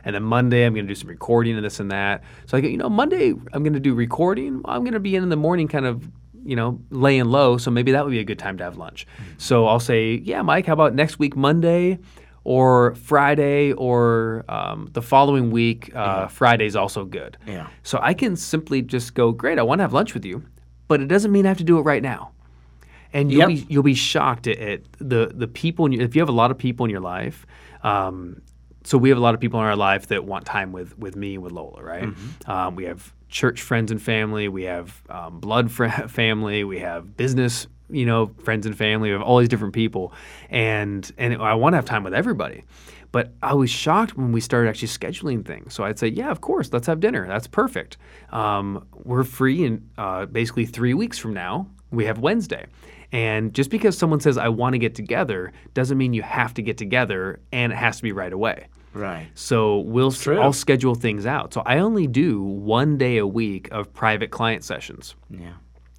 Speaker 1: And then Monday, I'm going to do some recording and this and that. So I go, you know, Monday, I'm going to do recording. I'm going to be in in the morning, kind of, you know, laying low. So maybe that would be a good time to have lunch. So I'll say, yeah, Mike, how about next week, Monday or Friday or um, the following week? Uh, Friday's also good.
Speaker 2: Yeah.
Speaker 1: So I can simply just go, great, I want to have lunch with you, but it doesn't mean I have to do it right now. And you'll
Speaker 2: Yep.
Speaker 1: be you'll be shocked at, at the the people in your, if you have a lot of people in your life. Um, so we have a lot of people in our life that want time with with me and with Lola, right? Um, we have church friends and family. We have um, blood fr- family. We have business, you know, friends and family. We have all these different people, and and I want to have time with everybody. But I was shocked when we started actually scheduling things. So I'd say, yeah, of course, let's have dinner. That's perfect. Um, we're free in uh, basically three weeks from now. We have Wednesday. And just because someone says, I want to get together, doesn't mean you have to get together and it has to be right away.
Speaker 2: Right.
Speaker 1: So we'll s-
Speaker 2: true.
Speaker 1: I'll schedule things out. So I only do one day a week of private client sessions.
Speaker 2: Yeah.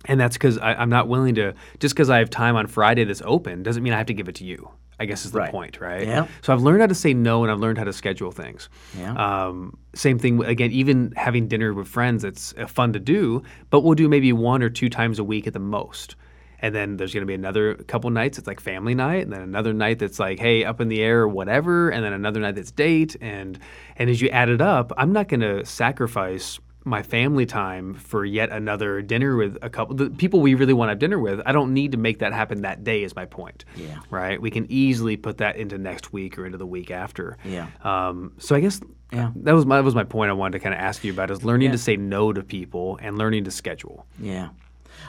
Speaker 1: And that's because I'm not willing to, just because I have time on Friday that's open, doesn't mean I have to give it to you, I guess is the
Speaker 2: Right.
Speaker 1: point, right?
Speaker 2: Yeah.
Speaker 1: So I've learned how to say no and I've learned how to schedule things.
Speaker 2: Yeah.
Speaker 1: Um, same thing, again, even having dinner with friends, it's uh, fun to do, but we'll do maybe one or two times a week at the most. And then there's going to be another couple nights. It's like family night, and then another night that's like, hey, up in the air or whatever, and then another night that's date. And and as you add it up, I'm not going to sacrifice my family time for yet another dinner with a couple the people we really want to have dinner with. I don't need to make that happen that day. Is my point.
Speaker 2: Yeah.
Speaker 1: Right. We can easily put that into next week or into the week after.
Speaker 2: Yeah.
Speaker 1: Um, so I guess
Speaker 2: Yeah.
Speaker 1: that was my that was my point I wanted to kind of ask you about is learning to say no to people and learning to schedule.
Speaker 2: Yeah.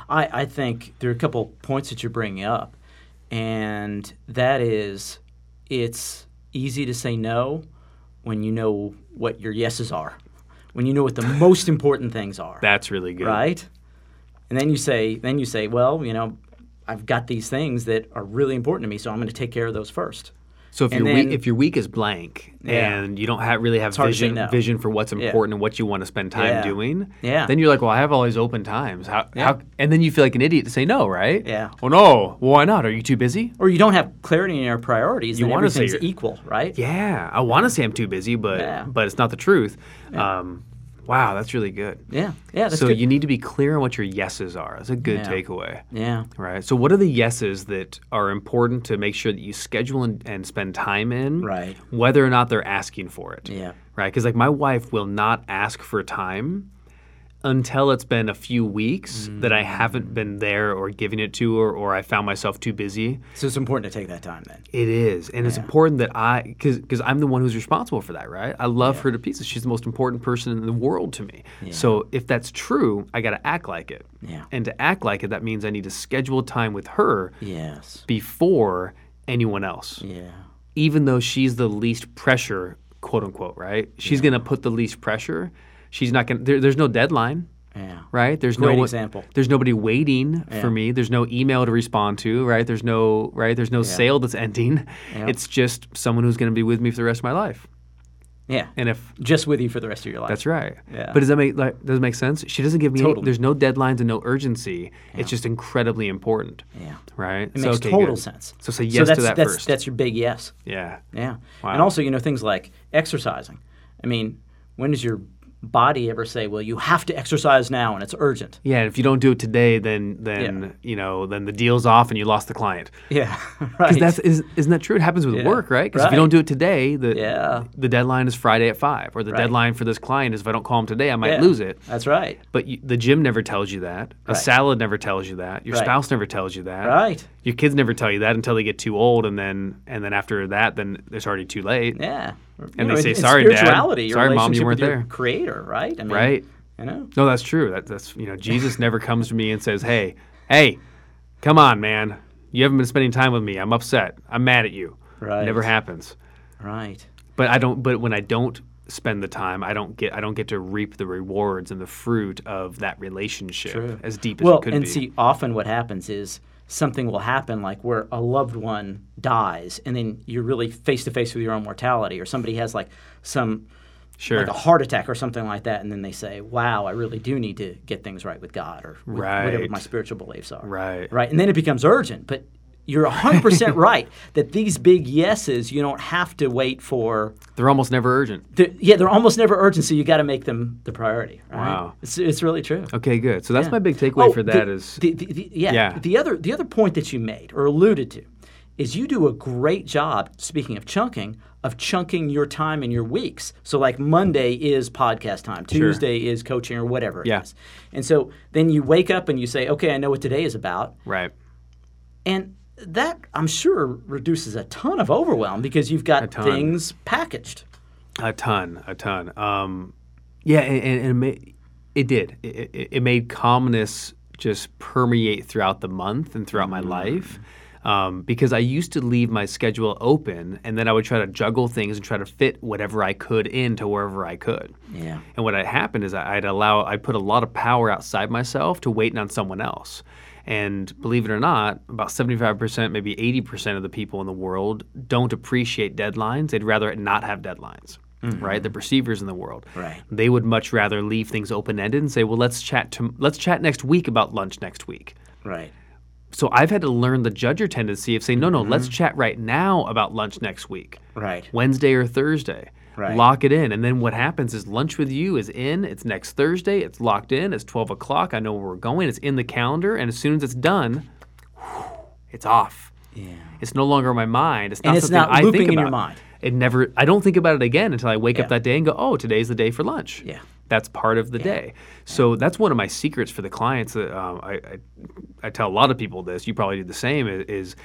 Speaker 2: I, I think there are a couple points that you're bringing up, and that is it's easy to say no when you know what your yeses are, when you know what the most important things are,
Speaker 1: That's really good.
Speaker 2: right? And then you say, then you say, well, you know, I've got these things that are really important to me, so I'm going to take care of those first.
Speaker 1: So if
Speaker 2: And
Speaker 1: your
Speaker 2: then-
Speaker 1: week, if your week is blank
Speaker 2: Yeah.
Speaker 1: and you don't have, really have
Speaker 2: hard to say
Speaker 1: vision
Speaker 2: no.
Speaker 1: vision for what's important and what you want to spend time
Speaker 2: Yeah.
Speaker 1: doing,
Speaker 2: Yeah.
Speaker 1: then you're like, well, I have all these open times. How,
Speaker 2: Yeah.
Speaker 1: how? And then you feel like an idiot to say no, right?
Speaker 2: Yeah.
Speaker 1: Oh no. Well, why not? Are you too busy?
Speaker 2: or you don't have clarity in your priorities,
Speaker 1: You
Speaker 2: then
Speaker 1: wanna say
Speaker 2: everything's
Speaker 1: you're-
Speaker 2: equal, right?
Speaker 1: Yeah. I want to say I'm too busy, but
Speaker 2: Yeah.
Speaker 1: but it's not the truth. Um, wow, that's really good.
Speaker 2: yeah, yeah. That's
Speaker 1: so
Speaker 2: good.
Speaker 1: you need to be clear on what your yeses are. That's a good
Speaker 2: Yeah.
Speaker 1: takeaway.
Speaker 2: yeah,
Speaker 1: Right. So, what are the yeses that are important to make sure that you schedule and, and spend time in?
Speaker 2: Right.
Speaker 1: Whether or not they're asking for it.
Speaker 2: Yeah.
Speaker 1: Right. Because, like, my wife will not ask for time until it's been a few weeks
Speaker 2: Mm.
Speaker 1: that I haven't been there or giving it to her or I found myself too busy.
Speaker 2: so it's important to take that time then.
Speaker 1: It is. And it's important that I, because I'm the one who's responsible for that, right? I love her to pieces. She's the most important person in the world to me. So if that's true, I got to act like it.
Speaker 2: Yeah.
Speaker 1: And to act like it, that means I need to schedule time with her
Speaker 2: Yes.
Speaker 1: before anyone else,
Speaker 2: Yeah.
Speaker 1: even though she's the least pressure, quote unquote, right? She's going to put the least pressure. She's not going to, there, there's no deadline.
Speaker 2: Yeah.
Speaker 1: Right? There's no
Speaker 2: Great
Speaker 1: one-
Speaker 2: example.
Speaker 1: There's nobody waiting for me. There's no email to respond to. Right? There's no right. There's no sale that's ending. It's just someone who's going to be with me for the rest of my life.
Speaker 2: Yeah.
Speaker 1: And if
Speaker 2: Just with you for the rest of your life.
Speaker 1: that's right.
Speaker 2: Yeah.
Speaker 1: But does that make like, does it make sense? She doesn't give me. any-
Speaker 2: Totally.
Speaker 1: there's no deadlines and no urgency. It's just incredibly important.
Speaker 2: Yeah.
Speaker 1: Right.
Speaker 2: It makes total sense.
Speaker 1: So say yes to
Speaker 2: that's,
Speaker 1: that
Speaker 2: that's,
Speaker 1: first.
Speaker 2: That's your big yes.
Speaker 1: Yeah.
Speaker 2: Yeah.
Speaker 1: Wow.
Speaker 2: And also, you know, things like exercising. I mean, when does your body ever say, well, you have to exercise now and it's urgent?
Speaker 1: Yeah. And if you don't do it today, then then
Speaker 2: Yeah.
Speaker 1: you know then the deal's off and you lost the client.
Speaker 2: Yeah. right.
Speaker 1: That's is, isn't that true? It happens with work, right? Because if you
Speaker 2: Right.
Speaker 1: don't do it today, the
Speaker 2: Yeah.
Speaker 1: the deadline is Friday at five, or the deadline for this client is if I don't call him today, I might
Speaker 2: Yeah.
Speaker 1: lose it.
Speaker 2: That's right.
Speaker 1: But you, the gym never tells you that. A salad never tells you that. Your
Speaker 2: Right.
Speaker 1: spouse never tells you that.
Speaker 2: Right.
Speaker 1: Your kids never tell you that until they get too old, and then and then after that, then it's already too late.
Speaker 2: Yeah.
Speaker 1: And they say, "Sorry, Dad.
Speaker 2: spirituality, your
Speaker 1: Sorry, Mom, you
Speaker 2: relationship
Speaker 1: weren't
Speaker 2: with your
Speaker 1: there."
Speaker 2: Creator, right? I mean,
Speaker 1: Right.
Speaker 2: You know.
Speaker 1: No, that's true. That, that's you know Jesus never comes to me and says, "Hey, hey, come on, man, you haven't been spending time with me. I'm upset. I'm mad at you."
Speaker 2: Right.
Speaker 1: Never happens.
Speaker 2: Right.
Speaker 1: but I don't. But when I don't spend the time, I don't get. I don't get to reap the rewards and the fruit of that relationship as deep as
Speaker 2: Well,
Speaker 1: it could
Speaker 2: and
Speaker 1: be.
Speaker 2: see, often what happens is something will happen, like where a loved one dies, and then you're really face to face with your own mortality, or somebody has like some
Speaker 1: sure.
Speaker 2: like a heart attack or something like that, and then they say, "Wow, I really do need to get things right with God or with whatever
Speaker 1: Right.
Speaker 2: my spiritual beliefs are."
Speaker 1: Right.
Speaker 2: Right. And then it becomes urgent, but. You're 100% right that these big yeses, you don't have to wait for
Speaker 1: They're almost never urgent.
Speaker 2: They're, yeah, they're almost never urgent, so you got to make them the priority. Right?
Speaker 1: Wow.
Speaker 2: it's, it's really true.
Speaker 1: Okay, good. So that's my big takeaway
Speaker 2: Oh,
Speaker 1: for that
Speaker 2: the,
Speaker 1: is
Speaker 2: the, the, the- yeah,
Speaker 1: Yeah.
Speaker 2: The other the other point that you made or alluded to is you do a great job. Speaking of chunking, of chunking your time in your weeks. So like Monday is podcast time, Tuesday is coaching or whatever. it
Speaker 1: Yeah.
Speaker 2: is. and so then you wake up and you say, okay, I know what today is about,
Speaker 1: right.
Speaker 2: and that I'm sure reduces a ton of overwhelm because you've got
Speaker 1: ton.
Speaker 2: things packaged.
Speaker 1: A ton, a ton. Um, yeah, and, and, and it, ma- it did. It, it, it made calmness just permeate throughout the month and throughout my life. Um, because I used to leave my schedule open and then I would try to juggle things and try to fit whatever I could into wherever I could.
Speaker 2: Yeah.
Speaker 1: And what had happened is I- I'd allow, I put a lot of power outside myself to waiting on someone else. And believe it or not, about 75%, maybe 80% of the people in the world don't appreciate deadlines. They'd rather not have deadlines, right? The perceivers in the world.
Speaker 2: Right.
Speaker 1: They would much rather leave things open ended and say, well, let's chat, to, let's chat next week about lunch next week.
Speaker 2: Right.
Speaker 1: So I've had to learn the judger tendency of saying, no, no, let's chat right now about lunch next week.
Speaker 2: Right.
Speaker 1: Wednesday or Thursday.
Speaker 2: Right.
Speaker 1: Lock it in. And then what happens is lunch with you is in. It's next Thursday. It's locked in. It's 12 o'clock. I know where we're going. It's in the calendar. And as soon as it's done, it's off.
Speaker 2: Yeah.
Speaker 1: It's no longer in my mind. It's not
Speaker 2: it's
Speaker 1: something
Speaker 2: not
Speaker 1: I
Speaker 2: looping
Speaker 1: think
Speaker 2: in your
Speaker 1: about.
Speaker 2: mind.
Speaker 1: It never. I don't think about it again until I wake
Speaker 2: Yeah.
Speaker 1: up that day and go, "Oh, today's the day for lunch."
Speaker 2: Yeah.
Speaker 1: that's part of the day. So that's one of my secrets for the clients. That um, I, I I tell a lot of people this. You probably do the same. i- Is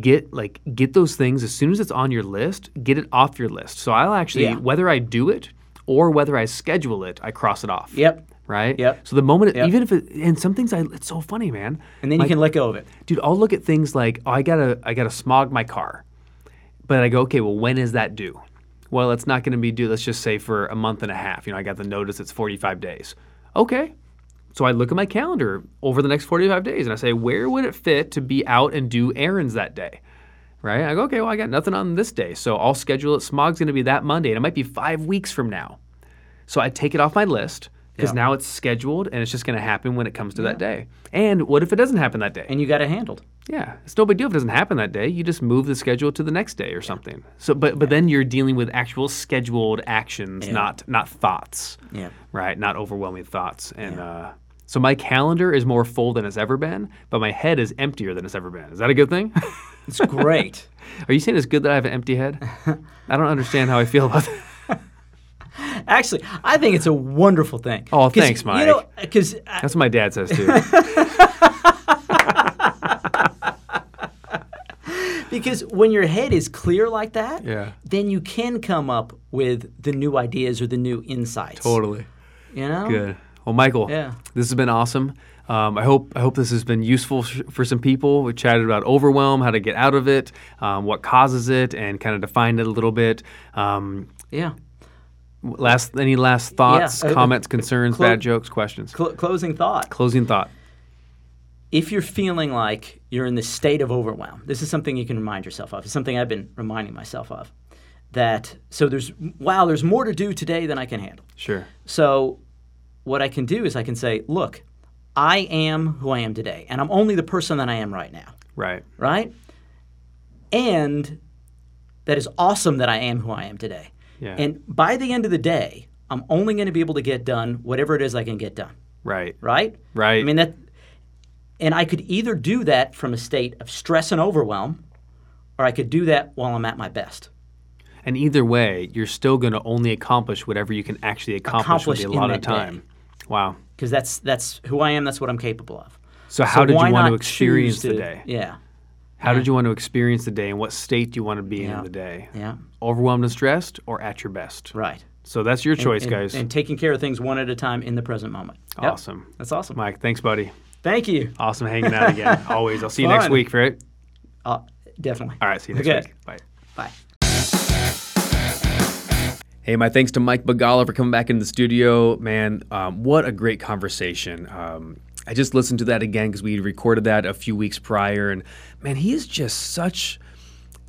Speaker 1: get like get those things as soon as it's on your list. Get it off your list. So I'll actually
Speaker 2: Yeah.
Speaker 1: whether I do it or whether I schedule it, I cross it off.
Speaker 2: Yep.
Speaker 1: Right.
Speaker 2: Yep.
Speaker 1: So the moment, it,
Speaker 2: Yep.
Speaker 1: even if it, and some things, I it's so funny, man.
Speaker 2: And then
Speaker 1: My
Speaker 2: you can let go of it.
Speaker 1: dude i'll look at things like oh i gotta i gotta smog my car but i go okay well when is that due well it's not going to be due let's just say for a month and a half you know i got the notice it's 45 days okay so i look at my calendar over the next 45 days and i say where would it fit to be out and do errands that day right? I go, okay, well, I got nothing on this day, so I'll schedule it. Smog's going to be that Monday, and it might be five weeks from now. So I take it off my list because
Speaker 2: Yeah.
Speaker 1: now it's scheduled and it's just going to happen when it comes to that day. And what if it doesn't happen that day?
Speaker 2: and you got it handled.
Speaker 1: yeah, it's no big deal if it doesn't happen that day. You just move the schedule to the next day or something. So, but but then you're dealing with actual scheduled actions, not not thoughts
Speaker 2: Yeah.
Speaker 1: right? Not overwhelming thoughts. And uh, so my calendar is more full than it's ever been, but my head is emptier than it's ever been. Is that a good thing?
Speaker 2: It's great.
Speaker 1: Are you saying it's good that I have an empty head? I don't understand how I feel about that.
Speaker 2: Actually, I think it's a wonderful thing.
Speaker 1: Oh,
Speaker 2: 'Cause,
Speaker 1: thanks,
Speaker 2: You know, uh, because
Speaker 1: That's what my dad says too.
Speaker 2: because when your head is clear like that,
Speaker 1: Yeah.
Speaker 2: then you can come up with the new ideas or the new insights.
Speaker 1: totally.
Speaker 2: You know.
Speaker 1: Good. Well, Michael,
Speaker 2: Yeah.
Speaker 1: this has been awesome. Um, I hope I hope this has been useful sh- for some people. We chatted about overwhelm, how to get out of it, um, what causes it, and kind of defined it a little bit. Um,
Speaker 2: Yeah.
Speaker 1: last any last thoughts,
Speaker 2: Uh, uh,
Speaker 1: comments, concerns,
Speaker 2: clo-
Speaker 1: bad jokes, questions?
Speaker 2: Cl- closing thought.
Speaker 1: Closing thought.
Speaker 2: if you're feeling like you're in this state of overwhelm, this is something you can remind yourself of. It's something I've been reminding myself of. That so there's wow, there's more to do today than I can handle.
Speaker 1: Sure.
Speaker 2: So what I can do is I can say, look, I am who I am today, and I'm only the person that I am right now,
Speaker 1: Right.
Speaker 2: right? And that is awesome that I am who I am today.
Speaker 1: Yeah.
Speaker 2: And by the end of the day, I'm only going to be able to get done whatever it is I can get done,
Speaker 1: Right.
Speaker 2: right?
Speaker 1: Right.
Speaker 2: I mean that, and I could either do that from a state of stress and overwhelm, or I could do that while I'm at my best.
Speaker 1: and either way, you're still going to only accomplish whatever you can actually accomplish with
Speaker 2: Accomplish
Speaker 1: the
Speaker 2: in
Speaker 1: allotted
Speaker 2: that
Speaker 1: time. Wow.
Speaker 2: because that's that's who I am. That's what I'm capable of.
Speaker 1: So how did
Speaker 2: why
Speaker 1: you want to
Speaker 2: not
Speaker 1: experience
Speaker 2: choose
Speaker 1: the
Speaker 2: to-
Speaker 1: day?
Speaker 2: Yeah,
Speaker 1: How did you want to experience the day, and what state do you want to be in in
Speaker 2: Yeah.
Speaker 1: the day?
Speaker 2: yeah,
Speaker 1: Overwhelmed and stressed, or at your best?
Speaker 2: right.
Speaker 1: So that's your choice,
Speaker 2: and,
Speaker 1: guys.
Speaker 2: And taking care of things one at a time in the present moment. Yep.
Speaker 1: awesome,
Speaker 2: That's awesome.
Speaker 1: Mike. Thanks, buddy.
Speaker 2: Thank you.
Speaker 1: Awesome hanging out again. Always. I'll see you next
Speaker 2: Fun.
Speaker 1: week, right?
Speaker 2: Uh, definitely.
Speaker 1: All right. See you next
Speaker 2: Okay.
Speaker 1: week. Bye.
Speaker 2: Bye.
Speaker 1: Hey, my thanks to Mike Bagala for coming back in the studio. Man, um, what a great conversation. Um, I just listened to that again because we recorded that a few weeks prior. And man, he is just such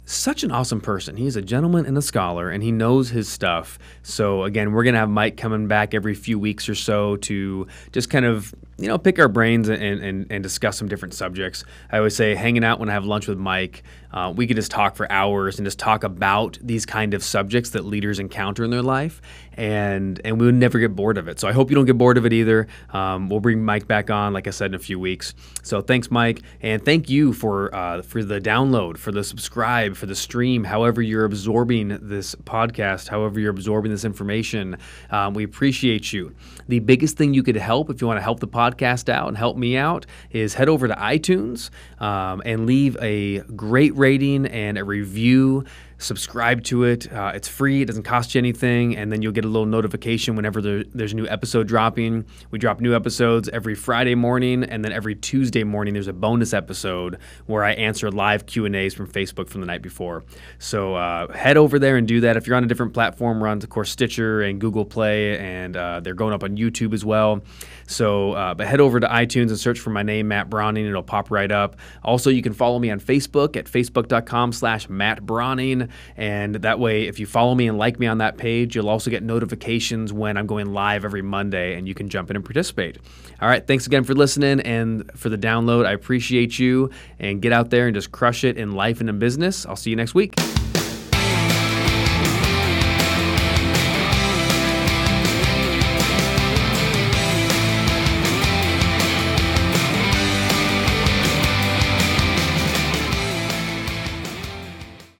Speaker 1: such an awesome person. He's a gentleman and a scholar, and he knows his stuff. So again, we're gonna have Mike coming back every few weeks or so to just kind of you know pick our brains and and, and discuss some different subjects. I always say hanging out when I have lunch with Mike, uh, we could just talk for hours and just talk about these kind of subjects that leaders encounter in their life, and and we would never get bored of it. So I hope you don't get bored of it either. Um, we'll bring Mike back on, like I said, in a few weeks. So thanks, Mike, and thank you for uh, for the download, for the subscribe, for the stream. However you're absorbing this podcast, however you're absorbing this information, um, we appreciate you. The biggest thing you could help, if you want to help the podcast out and help me out, is head over to iTunes um, and leave a great rating and a review subscribe to it. Uh, it's free, it doesn't cost you anything, and then you'll get a little notification whenever there, there's a new episode dropping. We drop new episodes every Friday morning, and then every Tuesday morning there's a bonus episode where I answer live Q and A's from Facebook from the night before. So uh, head over there and do that. If you're on a different platform, we're on of course Stitcher and Google Play, and uh, they're going up on YouTube as well. So, uh, but head over to iTunes and search for my name, Matt Browning. It'll pop right up. Also, you can follow me on Facebook at facebook.com slash Matt Browning. And that way, if you follow me and like me on that page, you'll also get notifications when I'm going live every Monday and you can jump in and participate. All right. Thanks again for listening and for the download. I appreciate you and get out there and just crush it in life and in business. I'll see you next week.